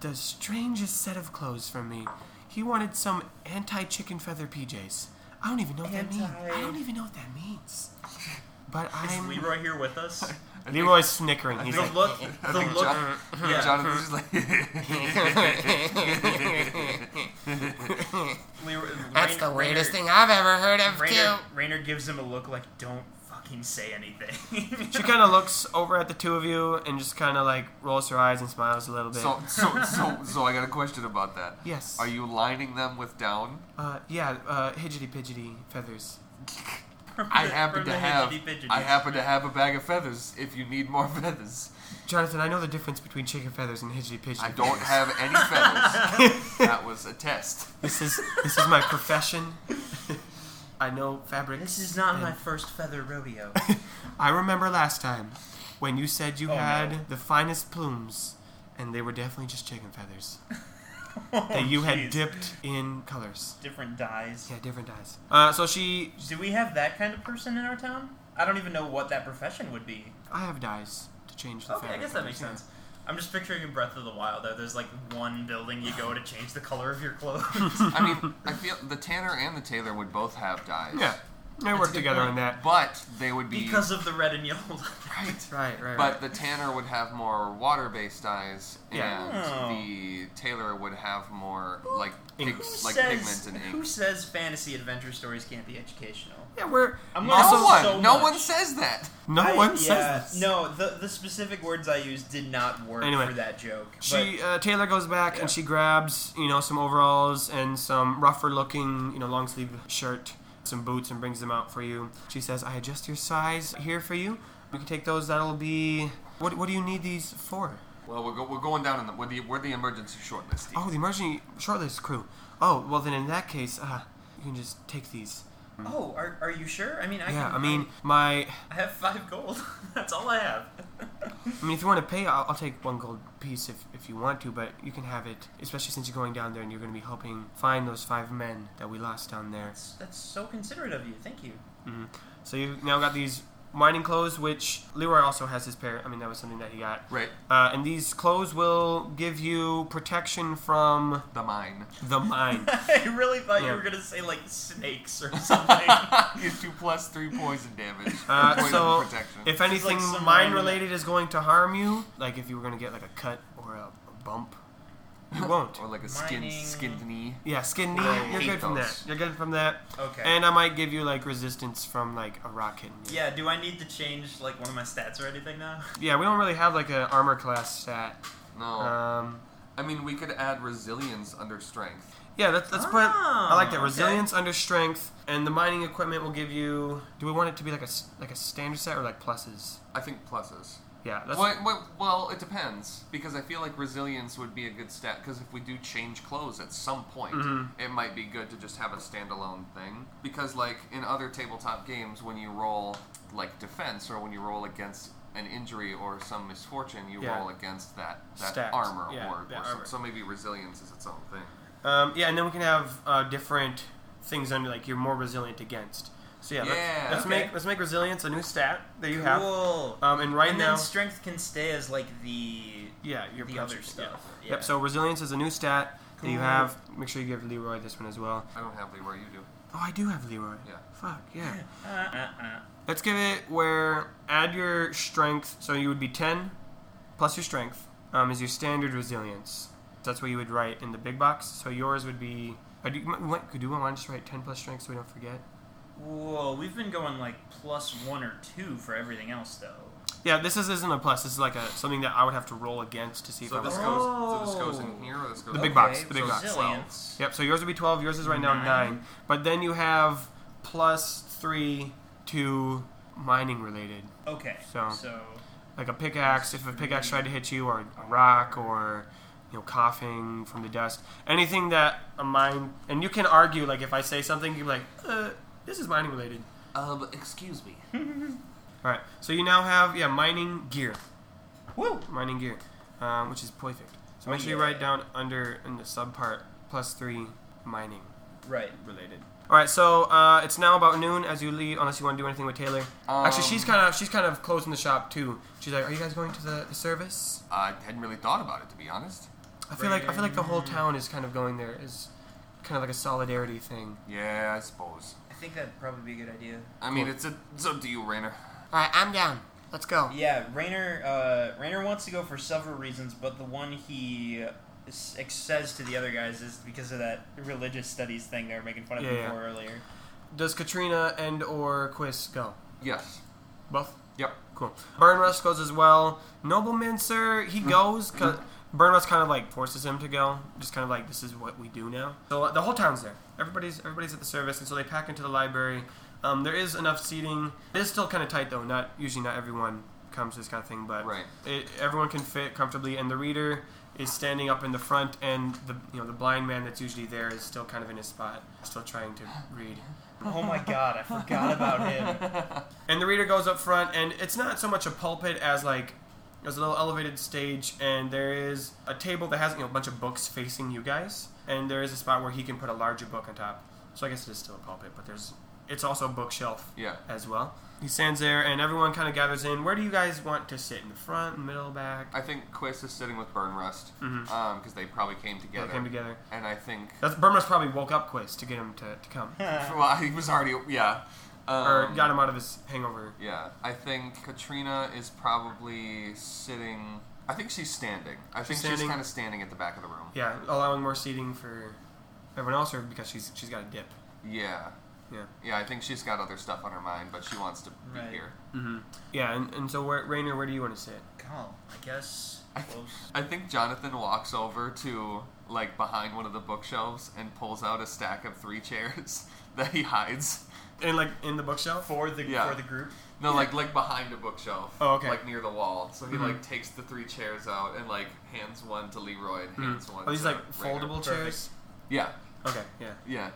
the strangest set of clothes from me. He wanted some anti-chicken feather PJs. I don't even know what that means. I
Anti-
don't even know what that means. But
Is
I'm
Leroy here with us?
Leroy's snickering. He's
The
like,
look,
I
the
think
look,
John,
yeah.
Jonathan's just like.
Leroy,
That's
Rain-
the weirdest
Rainer-
thing I've ever heard of,
Rainer,
too.
Rainer gives him a look like, don't fucking say anything.
She kind of looks over at the two of you and just kind of like rolls her eyes and smiles a little bit.
so, so, so, so I got a question about that.
yes.
Are you lining them with down?
Uh, yeah. Uh, hidgety pidgety feathers.
I happen
From
to
the
have.
Hidgety Pidgety.
I happen to have a bag of feathers. If you need more feathers,
Jonathan, I know the difference between chicken feathers and hidgety pidgety.
I don't have any feathers. that was a test.
This is this is my profession. I know fabrics.
This is not
and-
my first feather rodeo.
I remember last time when you said you
Oh,
had
no.
the finest plumes, and they were definitely just chicken feathers that you had
Oh, Jeez.
dipped in colors.
different dyes.
Yeah, different dyes. Uh, so she,
Do we have that kind of person in our town? I don't even know what that profession would be.
I have dyes to change the
Okay, I
fabric
guess that
colors,
makes
yeah.
sense. I'm just picturing in Breath of the Wild though. There's like one building you go to change the color of your clothes.
I mean, I feel the Tanner and the Taylor would both have dyes.
Yeah, they
That's a
work
good
together
point.
on that.
But they would be
because of the red and yellow. line.
right.
Right, right,
But the Tanner would have more water-based dyes,
Yeah.
Oh.
and the Taylor would have more like
Ink.
pig-
Who says,
like pigment and
Who
ink.
says fantasy adventure stories can't be educational?
yeah, we're
I'm
No
gonna-
also
Also-
one,
so
no
much.
one says that.
no
I-
one says
yeah,
this.
No, the the specific words I used did not work
Anyway.
for that joke.
She uh, Taylor goes back
Yeah.
and she grabs you know some overalls and some rougher looking you know long sleeve shirt, some boots and brings them out for you. She says, "I adjust your size here for you. You can take those. That'll be what? What do you need these for?
Well, we're, go- we're going down in the we're the, we're the emergency shortlist. team.
Oh, the emergency shortlist crew. Oh, well then in that case, uh, you can just take these.
but, oh, are, are you sure? I mean, I
Yeah,
can-
I mean my,
I have five gold. That's all I have.
I mean if you want to pay, I'll, I'll take one gold piece if if you want to, but you can have it, especially since you're going down there and you're going to be helping find those five men that we lost down there.
That's, that's so considerate of you. Thank you.
So you've now got these mining clothes, which Leroy also has his pair. I mean, that was something that he got.
Right.
Uh, and these clothes will give you protection from
The mine.
the mine.
I really thought you
Yeah.
were gonna say like snakes or something.
you do plus three poison damage.
Uh,
Poison
so,
protection.
if
is like
anything
some
mine
random-
related is going to harm you, like if you were going to get like a cut or a, a bump, you won't.
or like a skin
Mining.
skinned knee.
Yeah, skin knee,
I
you're
hate
good from that.
those.
You're good from that.
okay.
And I might give you like resistance from like a rock hitting you.
yeah, do I need to change like one of my stats or anything now?
Yeah, we don't really have like an armor class stat.
No.
Oh.
Um,
I mean, we could add resilience under strength.
yeah, that's that's put. I like that
Ah, okay.
resilience under strength, and the mining equipment will give you. Do we want it to be like a s- like a standard set or like pluses?
I think pluses.
Yeah, that's
Well, well, well, it depends because I feel like resilience would be a good stat because if we do change clothes at some point,
Mm-hmm.
it might be good to just have a standalone thing because like in other tabletop games, when you roll like defense or when you roll against an injury or some misfortune, you
Yeah.
roll against that that
Stats.
armor
Yeah,
or,
that
or some-
armor.
so maybe resilience is its own thing.
Um, yeah, and then we can have uh, different things under like you're more resilient against. So yeah,
Yeah,
let's, let's
okay.
make let's make resilience a new stat that you have.
Cool.
Um, and right
and
now,
then strength can stay as like the
yeah, your
the other
project,
stuff.
yeah.
Yeah.
Yep. So resilience is a new stat that you
Cool.
have. Make sure you give Leroy this one as well.
I don't have Leroy, you do.
Oh, I do have Leroy.
Yeah.
Fuck yeah.
Uh, uh, uh.
Let's give it where add your strength. So you would be 10 plus your strength um, is your standard resilience. That's what you would write in the big box. So yours would be. uh, Do you, m- what- could you want to just write 10 plus strength so we don't forget?
Whoa, we've been going like plus one or two for everything else though.
Yeah, this is, isn't a plus. This is like a something that I would have to roll against to see if
So
I
this
was.
goes. So this goes in
Oh.
here or this goes.
The big
okay,
box, the big
so
box.
Resilience.
Yep, so yours would be 12. Yours is right now 9.
Nine.
But then you have plus 3 to mining related.
Okay.
So-
so
like a pickaxe if a pickaxe tried to hit you or a rock or you know coughing from the dust anything that a mine and you can argue like if i say something you're like uh, this is mining related
Um, excuse me.
all right so you now have yeah mining gear
Woo!
mining gear um, which is perfect so
Oh,
make sure you
yeah.
write down under in the sub part plus three mining
Right.
related all right so uh, it's now about noon as you leave unless you want to do anything with taylor actually
Um,
she's kind of she's kind of closing the shop too she's like are you guys going to the, the service
I hadn't really thought about it to be honest.
I feel like I feel like the whole town is kind of going there is kind of like a solidarity thing.
Yeah, I suppose.
I think that'd probably be a good idea.
I mean, it's, a, it's up to you, Rainer.
All right, I'm down. Let's go.
Yeah, Rainer. Uh, Rainer wants to go for several reasons, but the one he s- says to the other guys is because of that religious studies thing they were making fun of
Yeah,
him
yeah.
for earlier.
Does Katrina and or Quiz go?
Yes.
Both.
Yep.
Cool. Burn Rust goes as well. Nobleman, sir, he goes. Cause Burn Rust kind of like forces him to go. Just kind of like this is what we do now. So uh, the whole town's there. Everybody's everybody's at the service, and so they pack into the library. Um, there is enough seating. It is still kind of tight though. Not usually not everyone comes to this kind of thing, but
Right.
it, everyone can fit comfortably. And the reader is standing up in the front, and the you know the blind man that's usually there is still kind of in his spot, still trying to read.
Oh my god, I forgot about him.
And the reader goes up front, and it's not so much a pulpit as like there's a little elevated stage, and there is a table that has you know a bunch of books facing you guys, and there is a spot where he can put a larger book on top. So I guess it is still a pulpit, but there's it's also a bookshelf
Yeah.
as well. He stands there, and everyone kind of gathers in. Where do you guys want to sit? In the front, middle, back?
I think Quist is sitting with Burn Rust because they probably came
Mm-hmm. They
together.
came together.
And I think.
That's Burma's probably woke up Quiz to get him to, to come,
Well, he was already. Yeah. Um,
or got him out of his hangover.
Yeah. I think Katrina is probably sitting. I think she's standing. I think she's
standing.
kind of standing at the back of the room.
Yeah, allowing more seating for everyone else, or because she's she's got a dip.
Yeah.
Yeah.
Yeah, I think she's got other stuff on her mind, but she wants to be
Right.
here.
Yeah, and, and so where, Rainer, where do you want to sit?
Call, I guess. Close.
I think Jonathan walks over to like behind one of the bookshelves and pulls out a stack of three chairs that he hides.
In like in the bookshelf.
For the
Yeah.
for the group.
No, like like behind a bookshelf.
Oh, okay.
Like near the wall. So he
Mhm.
like takes the three chairs out and like hands one to Leroy and hands one.
Mm-hmm. Are these
to
like
Rainer.
foldable chairs?
Yeah,
Okay, yeah,
yeah.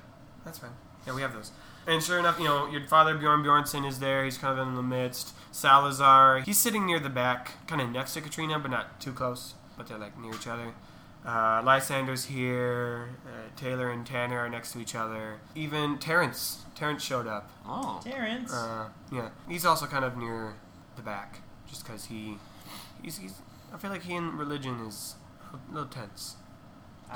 that's fine. Yeah, we have those. And sure enough, you know, your father Bjorn Bjornson is there. He's kind of in the midst. Salazar, he's sitting near the back, kind of next to Katrina, but not too close. But they're like near each other. Uh, Lysander's here. Uh, Taylor and Tanner are next to each other. Even Terrence. Terrence showed up.
Oh.
Terrence.
Uh, yeah, he's also kind of near the back, just because he, he's, he's. I feel like he in religion is a little tense.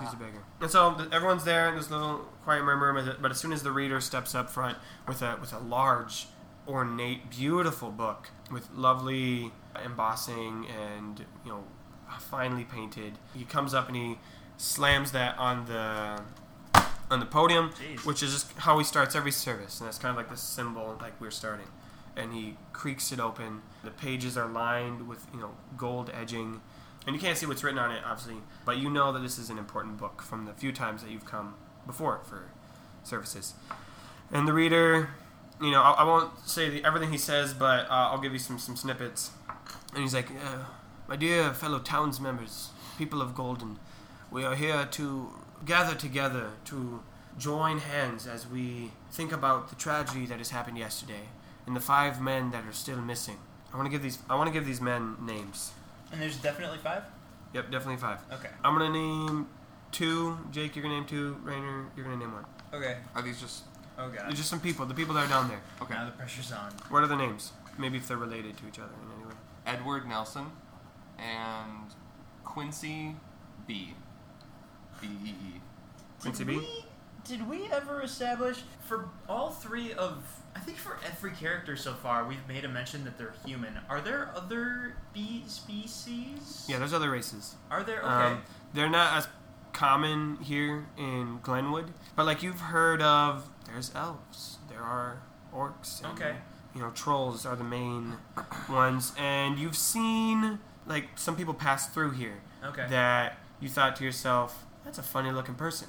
He's a beggar. And so th- everyone's there in this little quiet murmur, but- but as soon as the reader steps up front with a with a large, ornate, beautiful book with lovely embossing and you know finely painted, he comes up and he slams that on the on the podium,
Jeez.
which is just how he starts every service, and that's kind of like the symbol like we're starting. And he creaks it open. The pages are lined with you know gold edging, and you can't see what's written on it obviously, but you know that this is an important book from the few times that you've come before for services. And the reader, you know, I, I won't say the, everything he says, but uh, I'll give you some some snippets. And he's like, uh, My dear fellow towns members, people of Golden, we are here to gather together to join hands as we think about the tragedy that has happened yesterday and the five men that are still missing. I want to give these. I want to give these men names.
and there's definitely five.
Yep, definitely five.
Okay.
I'm gonna name two. Jake, you're gonna name two. Rainer, you're gonna name one.
Okay.
Are these just
Oh god.
They're just some people. The people that are down there.
okay?
Now the pressure's on.
What are the names? Maybe if they're related to each other in any way.
Edward Nelson and Quincy B. B E E.
Quincy
did
B.
We, did we ever establish for all three of? I think for every character so far, we've made a mention that they're human. Are there other bee species?
Yeah, there's other races.
Are there? Okay.
Um, they're not as common here in Glenwood, but like you've heard of, there's elves, there are orcs. And,
Okay.
You know, trolls are the main ones, and you've seen like some people pass through here
okay.
that you thought to yourself, "That's a funny looking person,"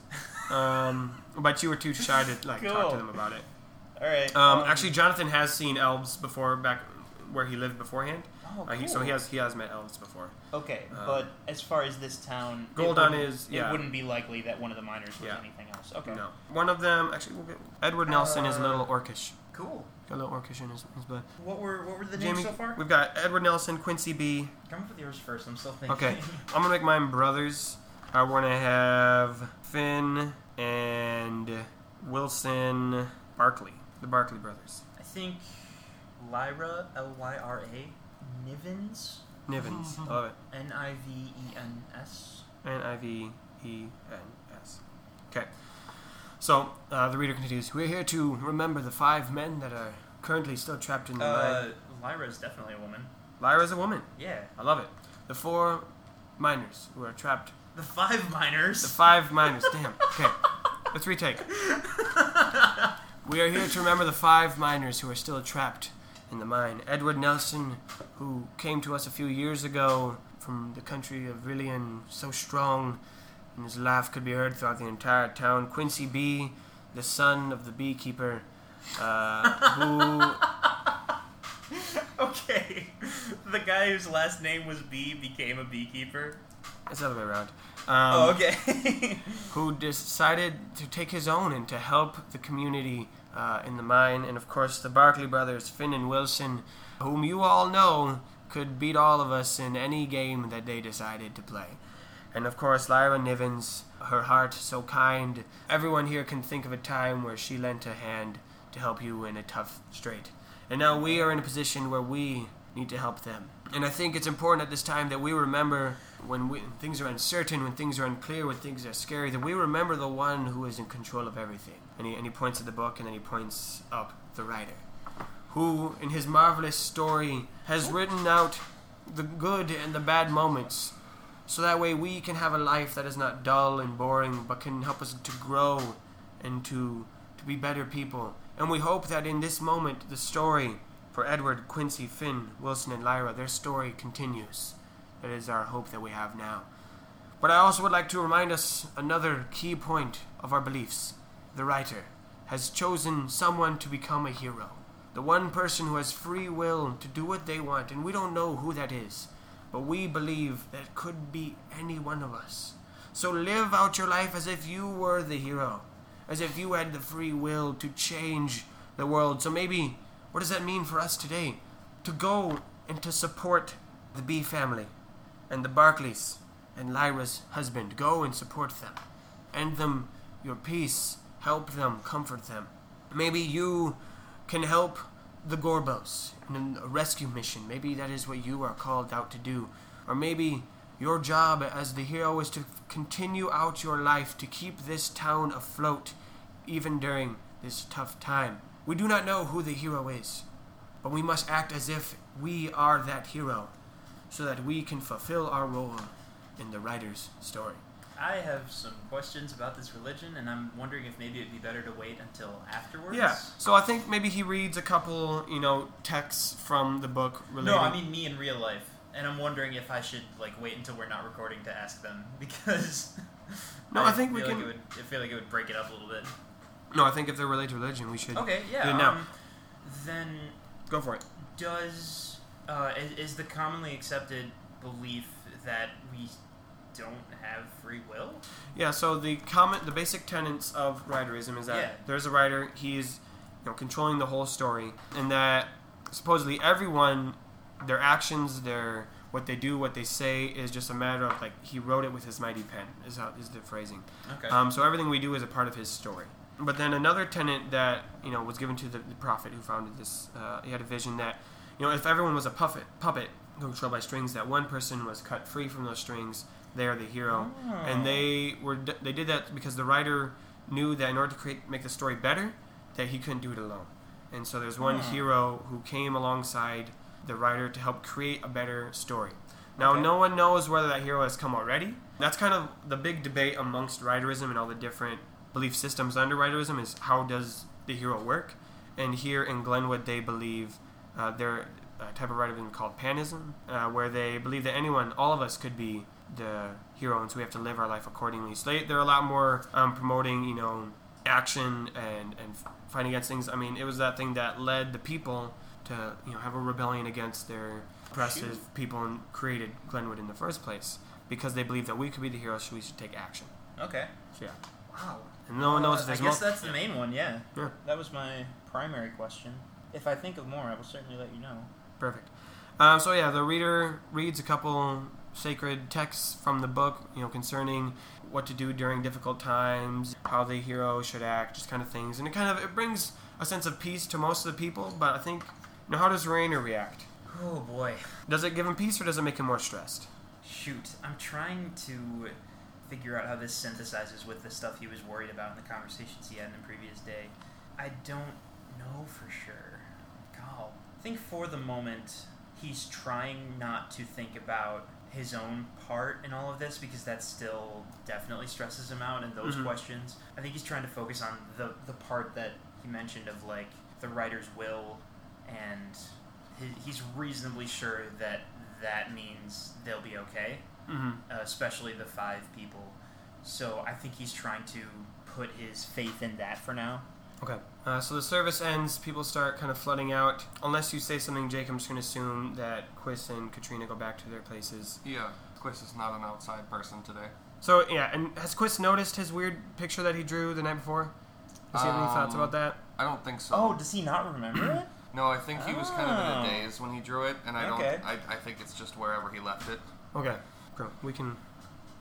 um, but you were too shy to like talk
Cool.
to them about it.
all right.
Um, actually, Jonathan has seen elves before back where he lived beforehand.
Oh,
Uh, he, so
cool.
he has he has met elves before.
Okay,
Um,
but as far as this town, it
Goldon
wouldn't-
is- yeah.
It wouldn't be likely that one of the miners was
Yeah.
anything else. Okay.
No. One of them, actually, we'll get, Edward Nelson is a little
Uh,
orcish.
Cool.
Got a little orcish in his, his blood.
What were what were the
Jamie,
names so far?
we've got Edward Nelson, Quincy B.
Come up with yours first. I'm still thinking.
Okay, I'm gonna make mine brothers. I want to have Finn and Wilson Barkley, the Barkley brothers.
I think Lyra L Y R A Nivens
Nivens, I love it.
N I V E N S.
N I V E N S. Okay. So uh, the reader continues. We're here to remember the five men that are currently still trapped in the mine.
Uh, Lyra is definitely a woman.
Lyra's a woman.
Yeah.
I love it. The four miners who are trapped.
The five miners.
The five miners. Damn. Okay. Let's retake. We are here to remember the five miners who are still trapped in the mine. Edward Nelson, who came to us a few years ago from the country of Rillian, so strong, and his laugh could be heard throughout the entire town. Quincy B, the son of the beekeeper, uh, who
okay. the guy whose last name was Bee became a beekeeper.
it's the other way around. Um,
oh, okay.
who decided to take his own and to help the community uh, in the mine. And of course, the Barkley brothers, Finn and Wilson, whom you all know could beat all of us in any game that they decided to play. And of course, Lyra Nivens, her heart so kind. Everyone here can think of a time where she lent a hand to help you in a tough strait. And now we are in a position where we need to help them. And I think it's important at this time that we remember when, we, when things are uncertain, when things are unclear, when things are scary, that we remember the one who is in control of everything. And he, and he points at the book and then he points up the writer, who, in his marvelous story, has written out the good and the bad moments so that way we can have a life that is not dull and boring but can help us to grow and to to be better people and we hope that in this moment the story for edward quincy finn wilson and lyra their story continues that is our hope that we have now but i also would like to remind us another key point of our beliefs the writer has chosen someone to become a hero the one person who has free will to do what they want and we don't know who that is but we believe that it could be any one of us. So live out your life as if you were the hero, as if you had the free will to change the world. So maybe, what does that mean for us today? To go and to support the Bee family and the Barclays
and Lyra's husband. Go and support them. End them your peace. Help them. Comfort them. Maybe you can help the Gorbos in a rescue mission. Maybe that is what you are called out to do. Or maybe your job as the hero is to continue out your life to keep this town afloat even during this tough time. We do not know who the hero is, but we must act as if we are that hero so that we can fulfill our role in the writer's story.
I have some questions about this religion, and I'm wondering if maybe it'd be better to wait until afterwards.
Yeah. So I think maybe he reads a couple, you know, texts from the book related.
No, I mean me in real life, and I'm wondering if I should like wait until we're not recording to ask them because.
No, I think we
feel
can-
Like it would, I feel like it would break it up a little bit.
no, I think if they're related to religion, we should
Okay. Yeah.
do it now.
um, then
Go for it.
does uh, is, is the commonly accepted belief that we don't have free will?
Yeah. So the common, the basic tenets of writerism is that
Yeah.
there's a writer, he's you know controlling the whole story, and that supposedly everyone, their actions, their what they do, what they say is just a matter of like he wrote it with his mighty pen. Is how is the phrasing.
Okay.
Um, so everything we do is a part of his story. But then another tenet that you know was given to the, the prophet who founded this, uh, he had a vision that you know if everyone was a puppet, puppet controlled by strings, that one person was cut free from those strings. They are the hero, and they were d- they did that because the writer knew that in order to create make the story better, that he couldn't do it alone. And so there's one hero who came alongside the writer to help create a better story. Now,
Okay.
no one knows whether that hero has come already. That's kind of the big debate amongst writerism and all the different belief systems under writerism is how does the hero work? And here in Glenwood, they believe uh, they're a type of writerism called panism, uh, where they believe that anyone, all of us, could be the hero, and so we have to live our life accordingly. So they, they're a lot more um, promoting, you know, action and and fighting against things. I mean, it was that thing that led the people to you know have a rebellion against their oppressive people and created Glenwood in the first place because they believed that we could be the heroes, so we should take action.
Okay.
So, yeah,
Wow.
and no one knows
Uh,
if there's
I guess
mul-
that's the main one, yeah.
Yeah.
That was my primary question. If I think of more, I will certainly let you know.
Perfect. Uh, so yeah, the reader reads a couple sacred texts from the book, you know, concerning what to do during difficult times, how the hero should act, just kind of things, and it kind of it brings a sense of peace to most of the people. But I think, you know, how does Rainer react?
Oh boy.
Does it give him peace or does it make him more stressed?
Shoot. I'm trying to figure out how this synthesizes with the stuff he was worried about in the conversations he had in the previous day. I don't know for sure. God. I think for the moment, he's trying not to think about his own part in all of this because that still definitely stresses him out and those
Mhm.
questions. I think he's trying to focus on the, the part that he mentioned of like the writer's will and he, he's reasonably sure that that means they'll be okay
Mm-hmm.
uh, especially the five people. So I think he's trying to put his faith in that for now.
Okay. Uh, so the service ends. People start kind of flooding out. Unless you say something, Jake, I'm just going to assume that Quiz and Katrina go back to their places.
Yeah, Quist is not an outside person today.
So yeah, and has Quiz noticed his weird picture that he drew the night before? Does he have any
Um,
thoughts about that?
I don't think so.
Oh, does he not remember it?
No, I think he was kind of
Oh.
in a daze when he drew it, and I don't.
Okay.
I, I think it's just wherever he left it.
Okay, cool. We can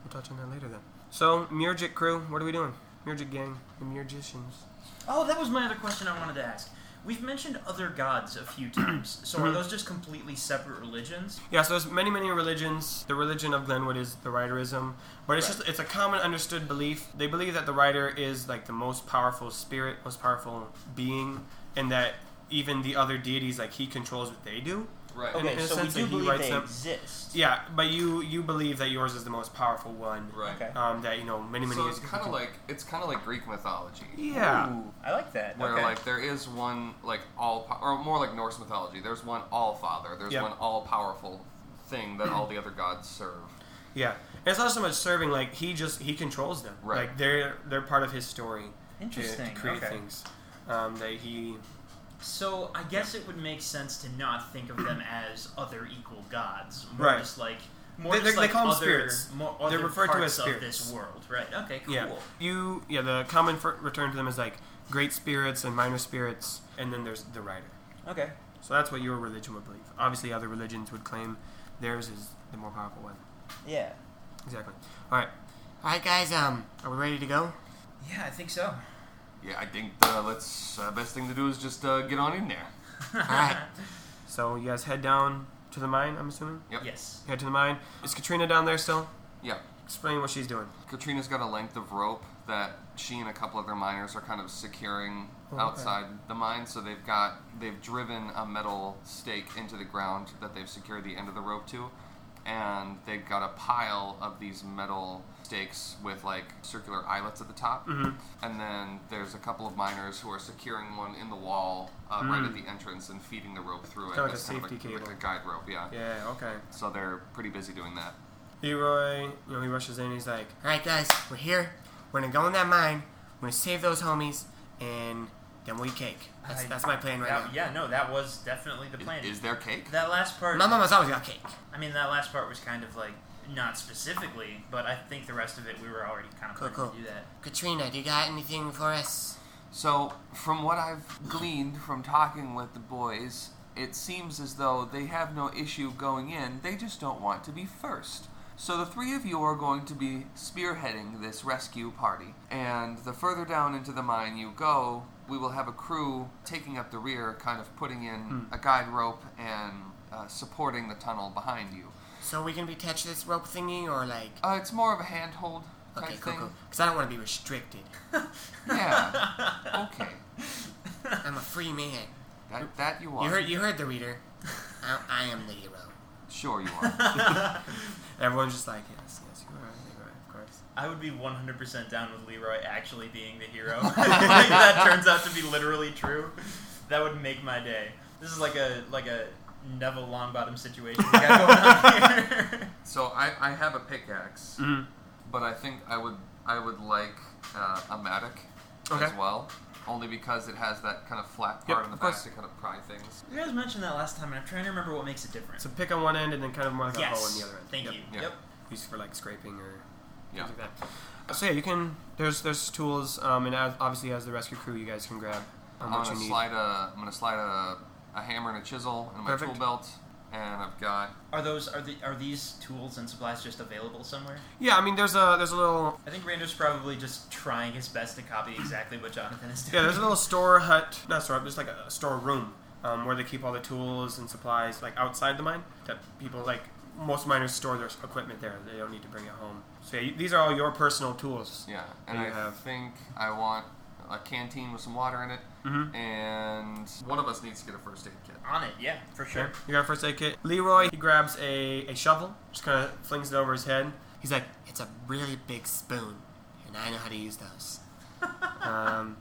we'll touch on that later then. So Murgic crew, what are we doing? Murgic gang, the Murgicians.
Oh, that was my other question I wanted to ask. We've mentioned other gods a few times. so are those just completely separate religions?
Yeah, so there's many, many religions. The religion of Glenwood is the writerism, but it's
Right.
just it's a common understood belief. They believe that the writer is like the most powerful spirit, most powerful being, and that even the other deities like he controls what they do.
Right.
Okay. in a sense that he writes them-
exist.
Yeah, but you you believe that yours is the most powerful one.
Right.
Okay.
Um, that you know many many.
So
years
it's kind of like it's kind of like Greek mythology.
yeah.
Ooh, I like that.
Where
okay.
like there is one like all po- or more like Norse mythology. There's one all father. There's
Yeah.
one all powerful thing that all the other gods serve.
Yeah, and it's not so much serving; like he just he controls them.
Right.
Like they're they're part of his story. to- To,
Interesting,
create
okay.
things um, that he.
so I guess it would make sense to not think of them as other equal gods. More
Right.
just like more
They-
just
they- they
like
call 'em
other,
spirits.
More,
They're
other
referred to as
parts of this
spirits.
world, right? Okay, cool.
Yeah. You yeah the common for, return to them is like great spirits and minor spirits, and then there's the writer.
Okay.
So that's what your religion would believe. Obviously, other religions would claim theirs is the more powerful one.
Yeah.
Exactly. All right.
All right, guys. Um, are we ready to go?
Yeah, I think so.
Yeah, I think uh, let's uh, best thing to do is just uh, get on in there.
All right.
So you guys head down to the mine. I'm assuming.
Yep.
Yes.
Head to the mine. Is Katrina down there still?
Yeah.
Explain what she's doing.
Katrina's got a length of rope that she and a couple other miners are kind of securing
Oh,
outside the mine. So they've got they've driven a metal stake into the ground that they've secured the end of the rope to, and they've got a pile of these metal stakes with like circular eyelets at the top.
Mm-hmm.
And then there's a couple of miners who are securing one in the wall uh, right
Mm.
at the entrance and feeding the rope through it.
Kinda like a
That's kind of
safety
like,
cable.
like a guide rope, yeah.
Yeah. Okay.
So they're pretty busy doing that.
Leroy, you know, he rushes in. He's like,
All right, guys. We're here. We're gonna go in that mine. We're gonna save those homies, and then we cake. That's,
I-
that's my plan right
That-
now.
yeah, no, that was definitely the plan.
Is, is there cake?
that last part?
My mama's always got cake.
I mean, that last part was kind of like not specifically, but I think the rest of it we were already kind of
Cool,
planning
cool.
to do that.
Katrina, do you got anything for us?
So, from what I've gleaned from talking with the boys, it seems as though they have no issue going in, they just don't want to be first. So, the three of you are going to be spearheading this rescue party, and the further down into the mine you go, we will have a crew taking up the rear, kind of putting in a guide rope and uh, supporting the tunnel behind you.
So we can be attached to this rope thingy, or like?
Uh, it's more of a handhold type
Okay, cool,
thing.
cool. Because I don't want to be restricted.
Yeah. okay.
I'm a free man.
That, that you are.
You heard, you heard the reader. I, I am the hero.
Sure, you are.
everyone's just like, yes, yes, you are, Leroy, of course.
I would be 100% down with Leroy actually being the hero. Like, that turns out to be literally true. That would make my day. This is like a like a Neville Longbottom situation we got going on here.
So I, I have a pickaxe,
Mm-hmm.
but I think I would I would like uh, a matic as
Okay.
well, only because it has that kind of flat part
Yep,
in the
of
back
course.
to kind of pry things.
you guys mentioned that last time, and I'm trying to remember what makes it different.
So pick on one end and then kind of mark a hole on
yes.
the other end.
Thank
Yep.
you.
Yeah.
Yep.
Used for like scraping or
Yeah.
things like that. Uh, So yeah, you can. There's there's tools, um, and as, obviously as the rescue crew, you guys can grab um,
I'm
what
gonna
you need.
slide a I'm gonna slide a, a hammer and a chisel in my
Perfect.
tool belt, and I've got
Are those are the are these tools and supplies just available somewhere?
Yeah, I mean there's a there's a little
I think Rander's probably just trying his best to copy exactly what Jonathan is doing.
yeah there's a little store hut, not store hut, just like a, a store room um, where they keep all the tools and supplies like outside the mine that people like most miners store their equipment there. They don't need to bring it home. So yeah, you- these are all your personal tools.
yeah, and
you
I
have-
think I want a canteen with some water in it,
Mm-hmm. Hmm.
and one of us needs to get a first aid kit.
On it, yeah, for sure.
You got a first aid kit. Leroy, he grabs a, a shovel, just kind of flings it over his head.
He's like, it's a really big spoon, and I know how to use those.
Um,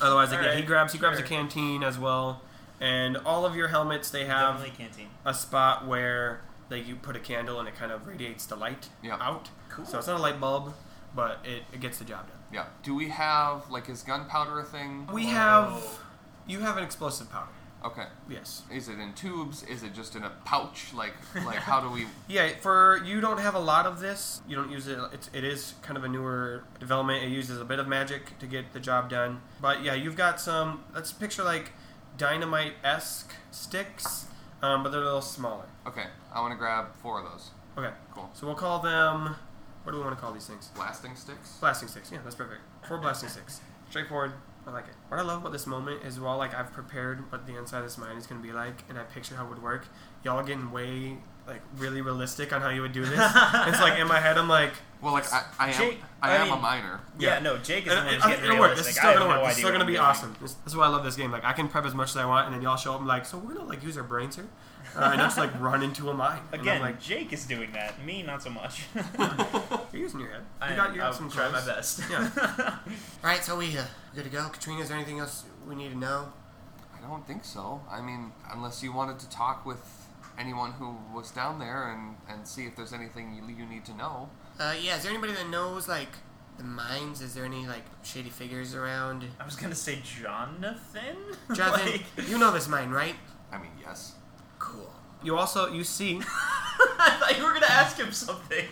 otherwise, like, yeah, he
Alright,
grabs he grabs a
sure.
canteen as well, and all of your helmets they have
Definitely canteen.
a spot where like you put a candle and it kind of radiates the light
Yeah.
out.
Cool.
So it's not a light bulb, but it, it gets the job done.
Yeah. Do we have like is gunpowder a thing?
We
Whoa.
have you have an explosive powder.
Okay.
Yes.
Is it in tubes? Is it just in a pouch? Like, like how do we?
Yeah, for you don't have a lot of this. You don't use it. It's, it is kind of a newer development. It uses a bit of magic to get the job done. But yeah, you've got some. Let's picture like dynamite esque sticks, um, but they're a little smaller.
Okay, I want to grab four of those.
Okay,
Cool.
so we'll call them. What do we want to call these things?
Blasting sticks.
Blasting sticks. Yeah, that's perfect. Four blasting sticks. Straightforward. I like it. What I love about this moment is while like I've prepared what the inside of this mine is gonna be like, and I picture how it would work. Y'all are getting way like really realistic on how you would do this. it's like in my head, I'm like,
Well, like I, I am,
Jake,
I
I
am a
mean-
minor.
Yeah,
Yeah.
no, Jake is
And
the one
it-
who's
uh,
getting
it'll work. This is
realistic.
still
I have
gonna
no
work. This
idea
is still
what
gonna be
we're doing.
awesome. This, this is why I love this game. Like I can prep as much as I want, and then y'all show up and like, so we're gonna like use our brains here, uh, and I just like run into a mine. and
Again,
I'm like
Jake is doing that. Me, not so much.
you're using your head. You
I
got you
I'll
got some
try my
clothes.
best.
All right, so we uh, good to go. Katrina, is there anything else we need to know?
I don't think so. I mean, unless you wanted to talk with anyone who was down there and and see if there's anything you, you need to know.
Uh, yeah, is there anybody that knows like the mines? Is there any like shady figures around?
I was gonna say Jonathan.
Jonathan,
Like,
you know this mine, right?
I mean, yes.
Cool.
You also you see
I thought you were gonna ask him something.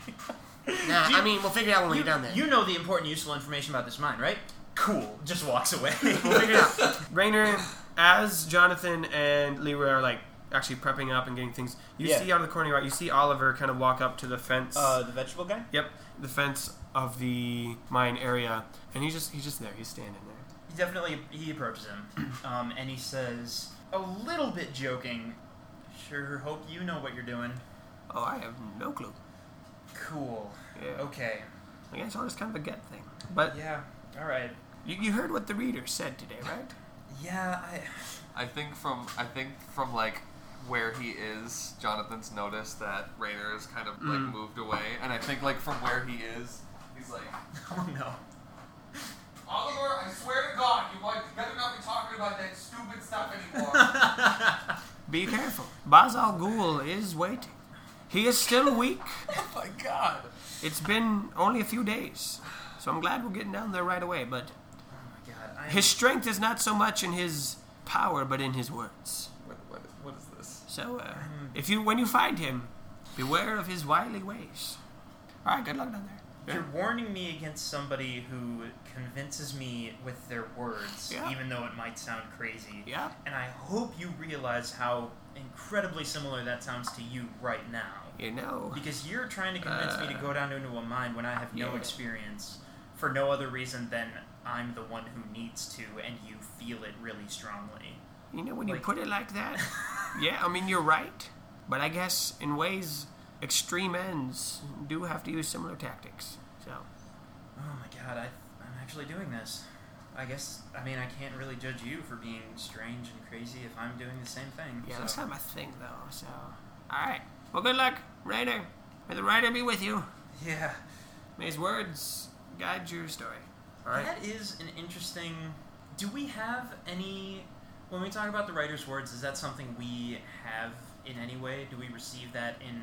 Nah,
Do you-
I mean we'll figure it out when we
you,
get down there.
you know the important, useful information about this mine, right? Cool. Just walks away.
We'll figure it out.
Rainer as Jonathan and Leroy are like actually prepping up and getting things. You
Yeah.
see out of the corner, right? You see Oliver kind of walk up to the fence.
Uh, the vegetable guy?
yep, the fence of the mine area, and he's just he's just there. He's standing there.
He definitely he approaches him, um, and he says, a little bit joking, "Sure, hope you know what you're doing."
Oh, I have no clue.
Cool.
Yeah.
Oh.
Okay.
I guess I'll just kind of a get thing. But
Yeah. All right.
you, you heard what the reader said today, right?
Yeah. I.
I think from I think from like where he is, Jonathan's noticed that Rayner is kind of like
Mm.
moved away, and I think like from where he is, he's like,
Oh no.
Oliver, I swear to God, you might better not be talking about that stupid stuff anymore.
Be careful. Baz Al Ghul is waiting. He is still weak.
oh my God.
It's been only a few days, so I'm glad we're getting down there right away. But
Oh my god. I.
his strength is not so much in his power, but in his words.
What, what, what is this?
So, uh,
Mm-hmm.
if you when you find him, beware of his wily ways. All right, good luck down there.
You're warning me against somebody who convinces me with their words,
Yeah.
even though it might sound crazy.
Yeah.
And I hope you realize how incredibly similar that sounds to you right now.
You know,
Because you're trying to convince me to go down into a mine when I have no
Uh. yeah.
experience for no other reason than I'm the one who needs to and you feel it really strongly.
you know when you
Like-
put it like that. yeah, I mean you're right, but I guess in ways, extreme ends do have to use similar tactics. So,
Oh my god, I, I'm actually doing this. I guess, I mean, I can't really judge you for being strange and crazy if I'm doing the same thing.
yeah,
so.
that's not my thing though. So, all right, well, good luck, Rainer. May the writer be with you.
Yeah.
May his words guide your story. All right.
That is an interesting. Do we have any. When we talk about the writer's words, is that something we have in any way? Do we receive that in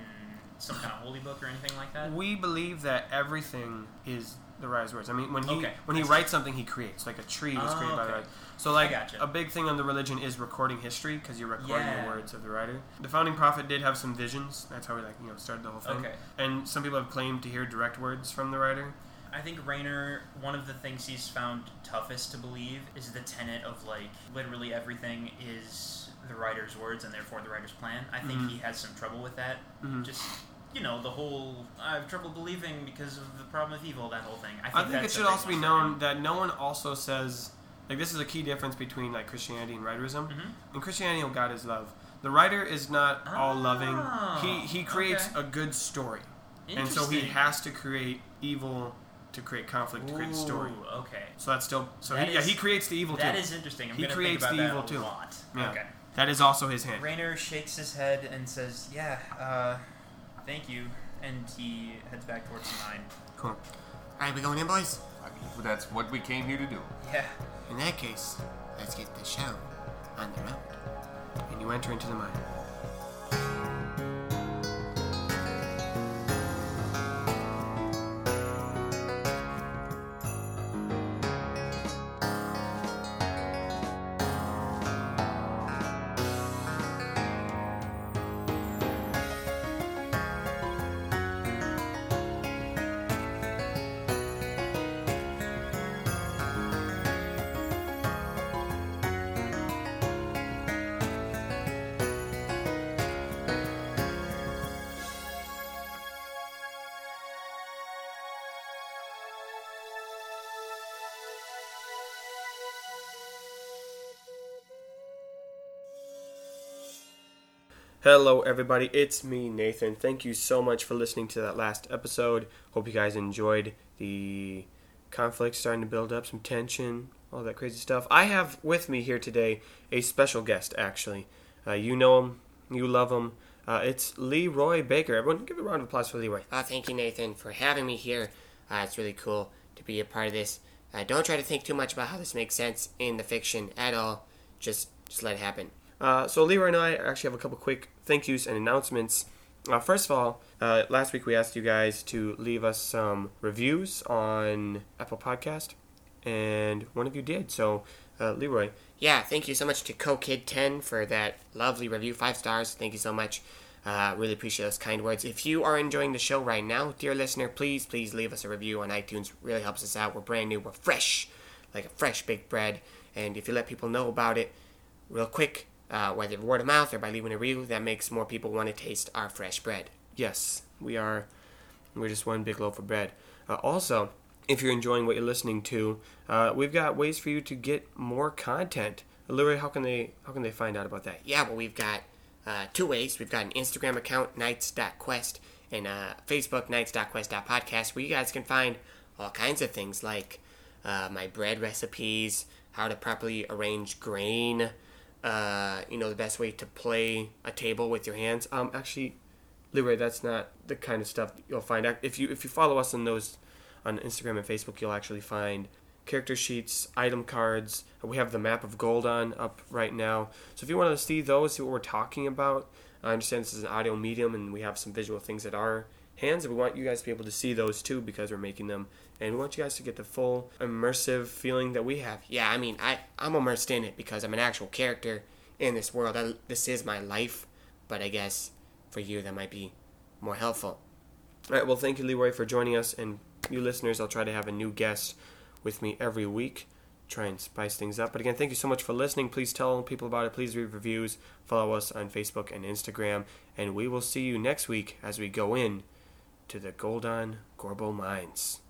some kind of holy book or anything like that?
We believe that everything is the writer's words. I mean, when he
Okay.
when he writes something, he creates. Like a tree was
Oh,
created by the
okay.
writer. So, like
gotcha.
a big thing on the religion is recording history because you're recording
Yeah.
the words of the writer. The founding prophet did have some visions. That's how we like you know started the whole thing.
Okay.
And some people have claimed to hear direct words from the writer.
I think Rayner, one of the things he's found toughest to believe is the tenet of like literally everything is the writer's words and therefore the writer's plan. I think
Mm.
he has some trouble with that. Just you know the whole I have trouble believing because of the problem of evil. That whole thing. I think,
I think it
that's a
should
big
also be
one.
known that no one also says like this is a key difference between like Christianity and writerism.
Mm-hmm.
In Christianity, oh, God is love. The writer is not all loving.
Ah,
He he creates
okay.
a good story, and so he
Interesting.
has to create evil to create conflict to create a story.
Ooh, Okay.
So that's still so
That
he, yeah
is-
he creates the evil
That
too.
is interesting. I'm
He
gonna
creates
think
the
about
evil
that a
too.
lot.
yeah.
Okay.
That is also his hand.
Rayner shakes his head and says, "Yeah, uh, thank you," and he heads back towards the mine.
Cool. Alright, we going in, boys?
I mean, that's what we came here to do.
Yeah.
In that case, let's get the show on the road.
And you enter into the mine. Hello, everybody. It's me, Nathan. Thank you so much for listening to that last episode. Hope you guys enjoyed the conflict starting to build up, some tension, all that crazy stuff. I have with me here today a special guest, actually. Uh, you know him, you love him. Uh, it's Leroy Baker. Everyone, give a round of applause for Leroy.
Uh, thank you, Nathan, for having me here. Uh, it's really cool to be a part of this. Uh, don't try to think too much about how this makes sense in the fiction at all. Just, just let it happen.
Uh, so Leroy and I actually have a couple quick thank yous and announcements. Uh, first of all, uh, last week we asked you guys to leave us some reviews on Apple Podcast, and one of you did. So, uh, Leroy,
Yeah, thank you so much to CoKid10 for that lovely review. Five stars. Thank you so much. Uh, really appreciate those kind words. If you are enjoying the show right now, dear listener, please, please leave us a review on iTunes. Really helps us out. We're brand new. We're fresh, like a fresh baked bread. And if you let people know about it real quick,
uh, whether word of mouth or by leaving a review, that makes more people want to taste our fresh bread. Yes, we are. We're just one big loaf of bread. Uh, also, if you're enjoying what you're listening to, uh, we've got ways for you to get more content. Literally, how can they how can they find out about that? Yeah, well, we've got uh, two ways. We've got an Instagram account, nights.quest, and uh, Facebook, nights.quest.podcast, where you guys can find all kinds of things like uh, my bread recipes, how to properly arrange grain, uh, you know, the best way to play a table with your hands. Um, actually, Leroy, that's not the kind of stuff you'll find. Ac- If you if you follow us on those on Instagram and Facebook, you'll actually find character sheets, item cards. Uh, We have the map of Goldon up right now. So if you want to see those, see what we're talking about. I understand this is an audio medium, and we have some visual things at our hands, and we want you guys to be able to see those too because we're making them, and we want you guys to get the full immersive feeling that we have. Yeah, I mean, I I'm immersed in it because I'm an actual character in this world. I, this is my life, but I guess for you that might be more helpful. All right, well, thank you, Leroy, for joining us. And you listeners, I'll try to have a new guest with me every week, try and spice things up. But again, thank you so much for listening. Please tell people about it. Please leave reviews. Follow us on Facebook and Instagram. And we will see you next week as we go in to the Goldon Gorbo Mines.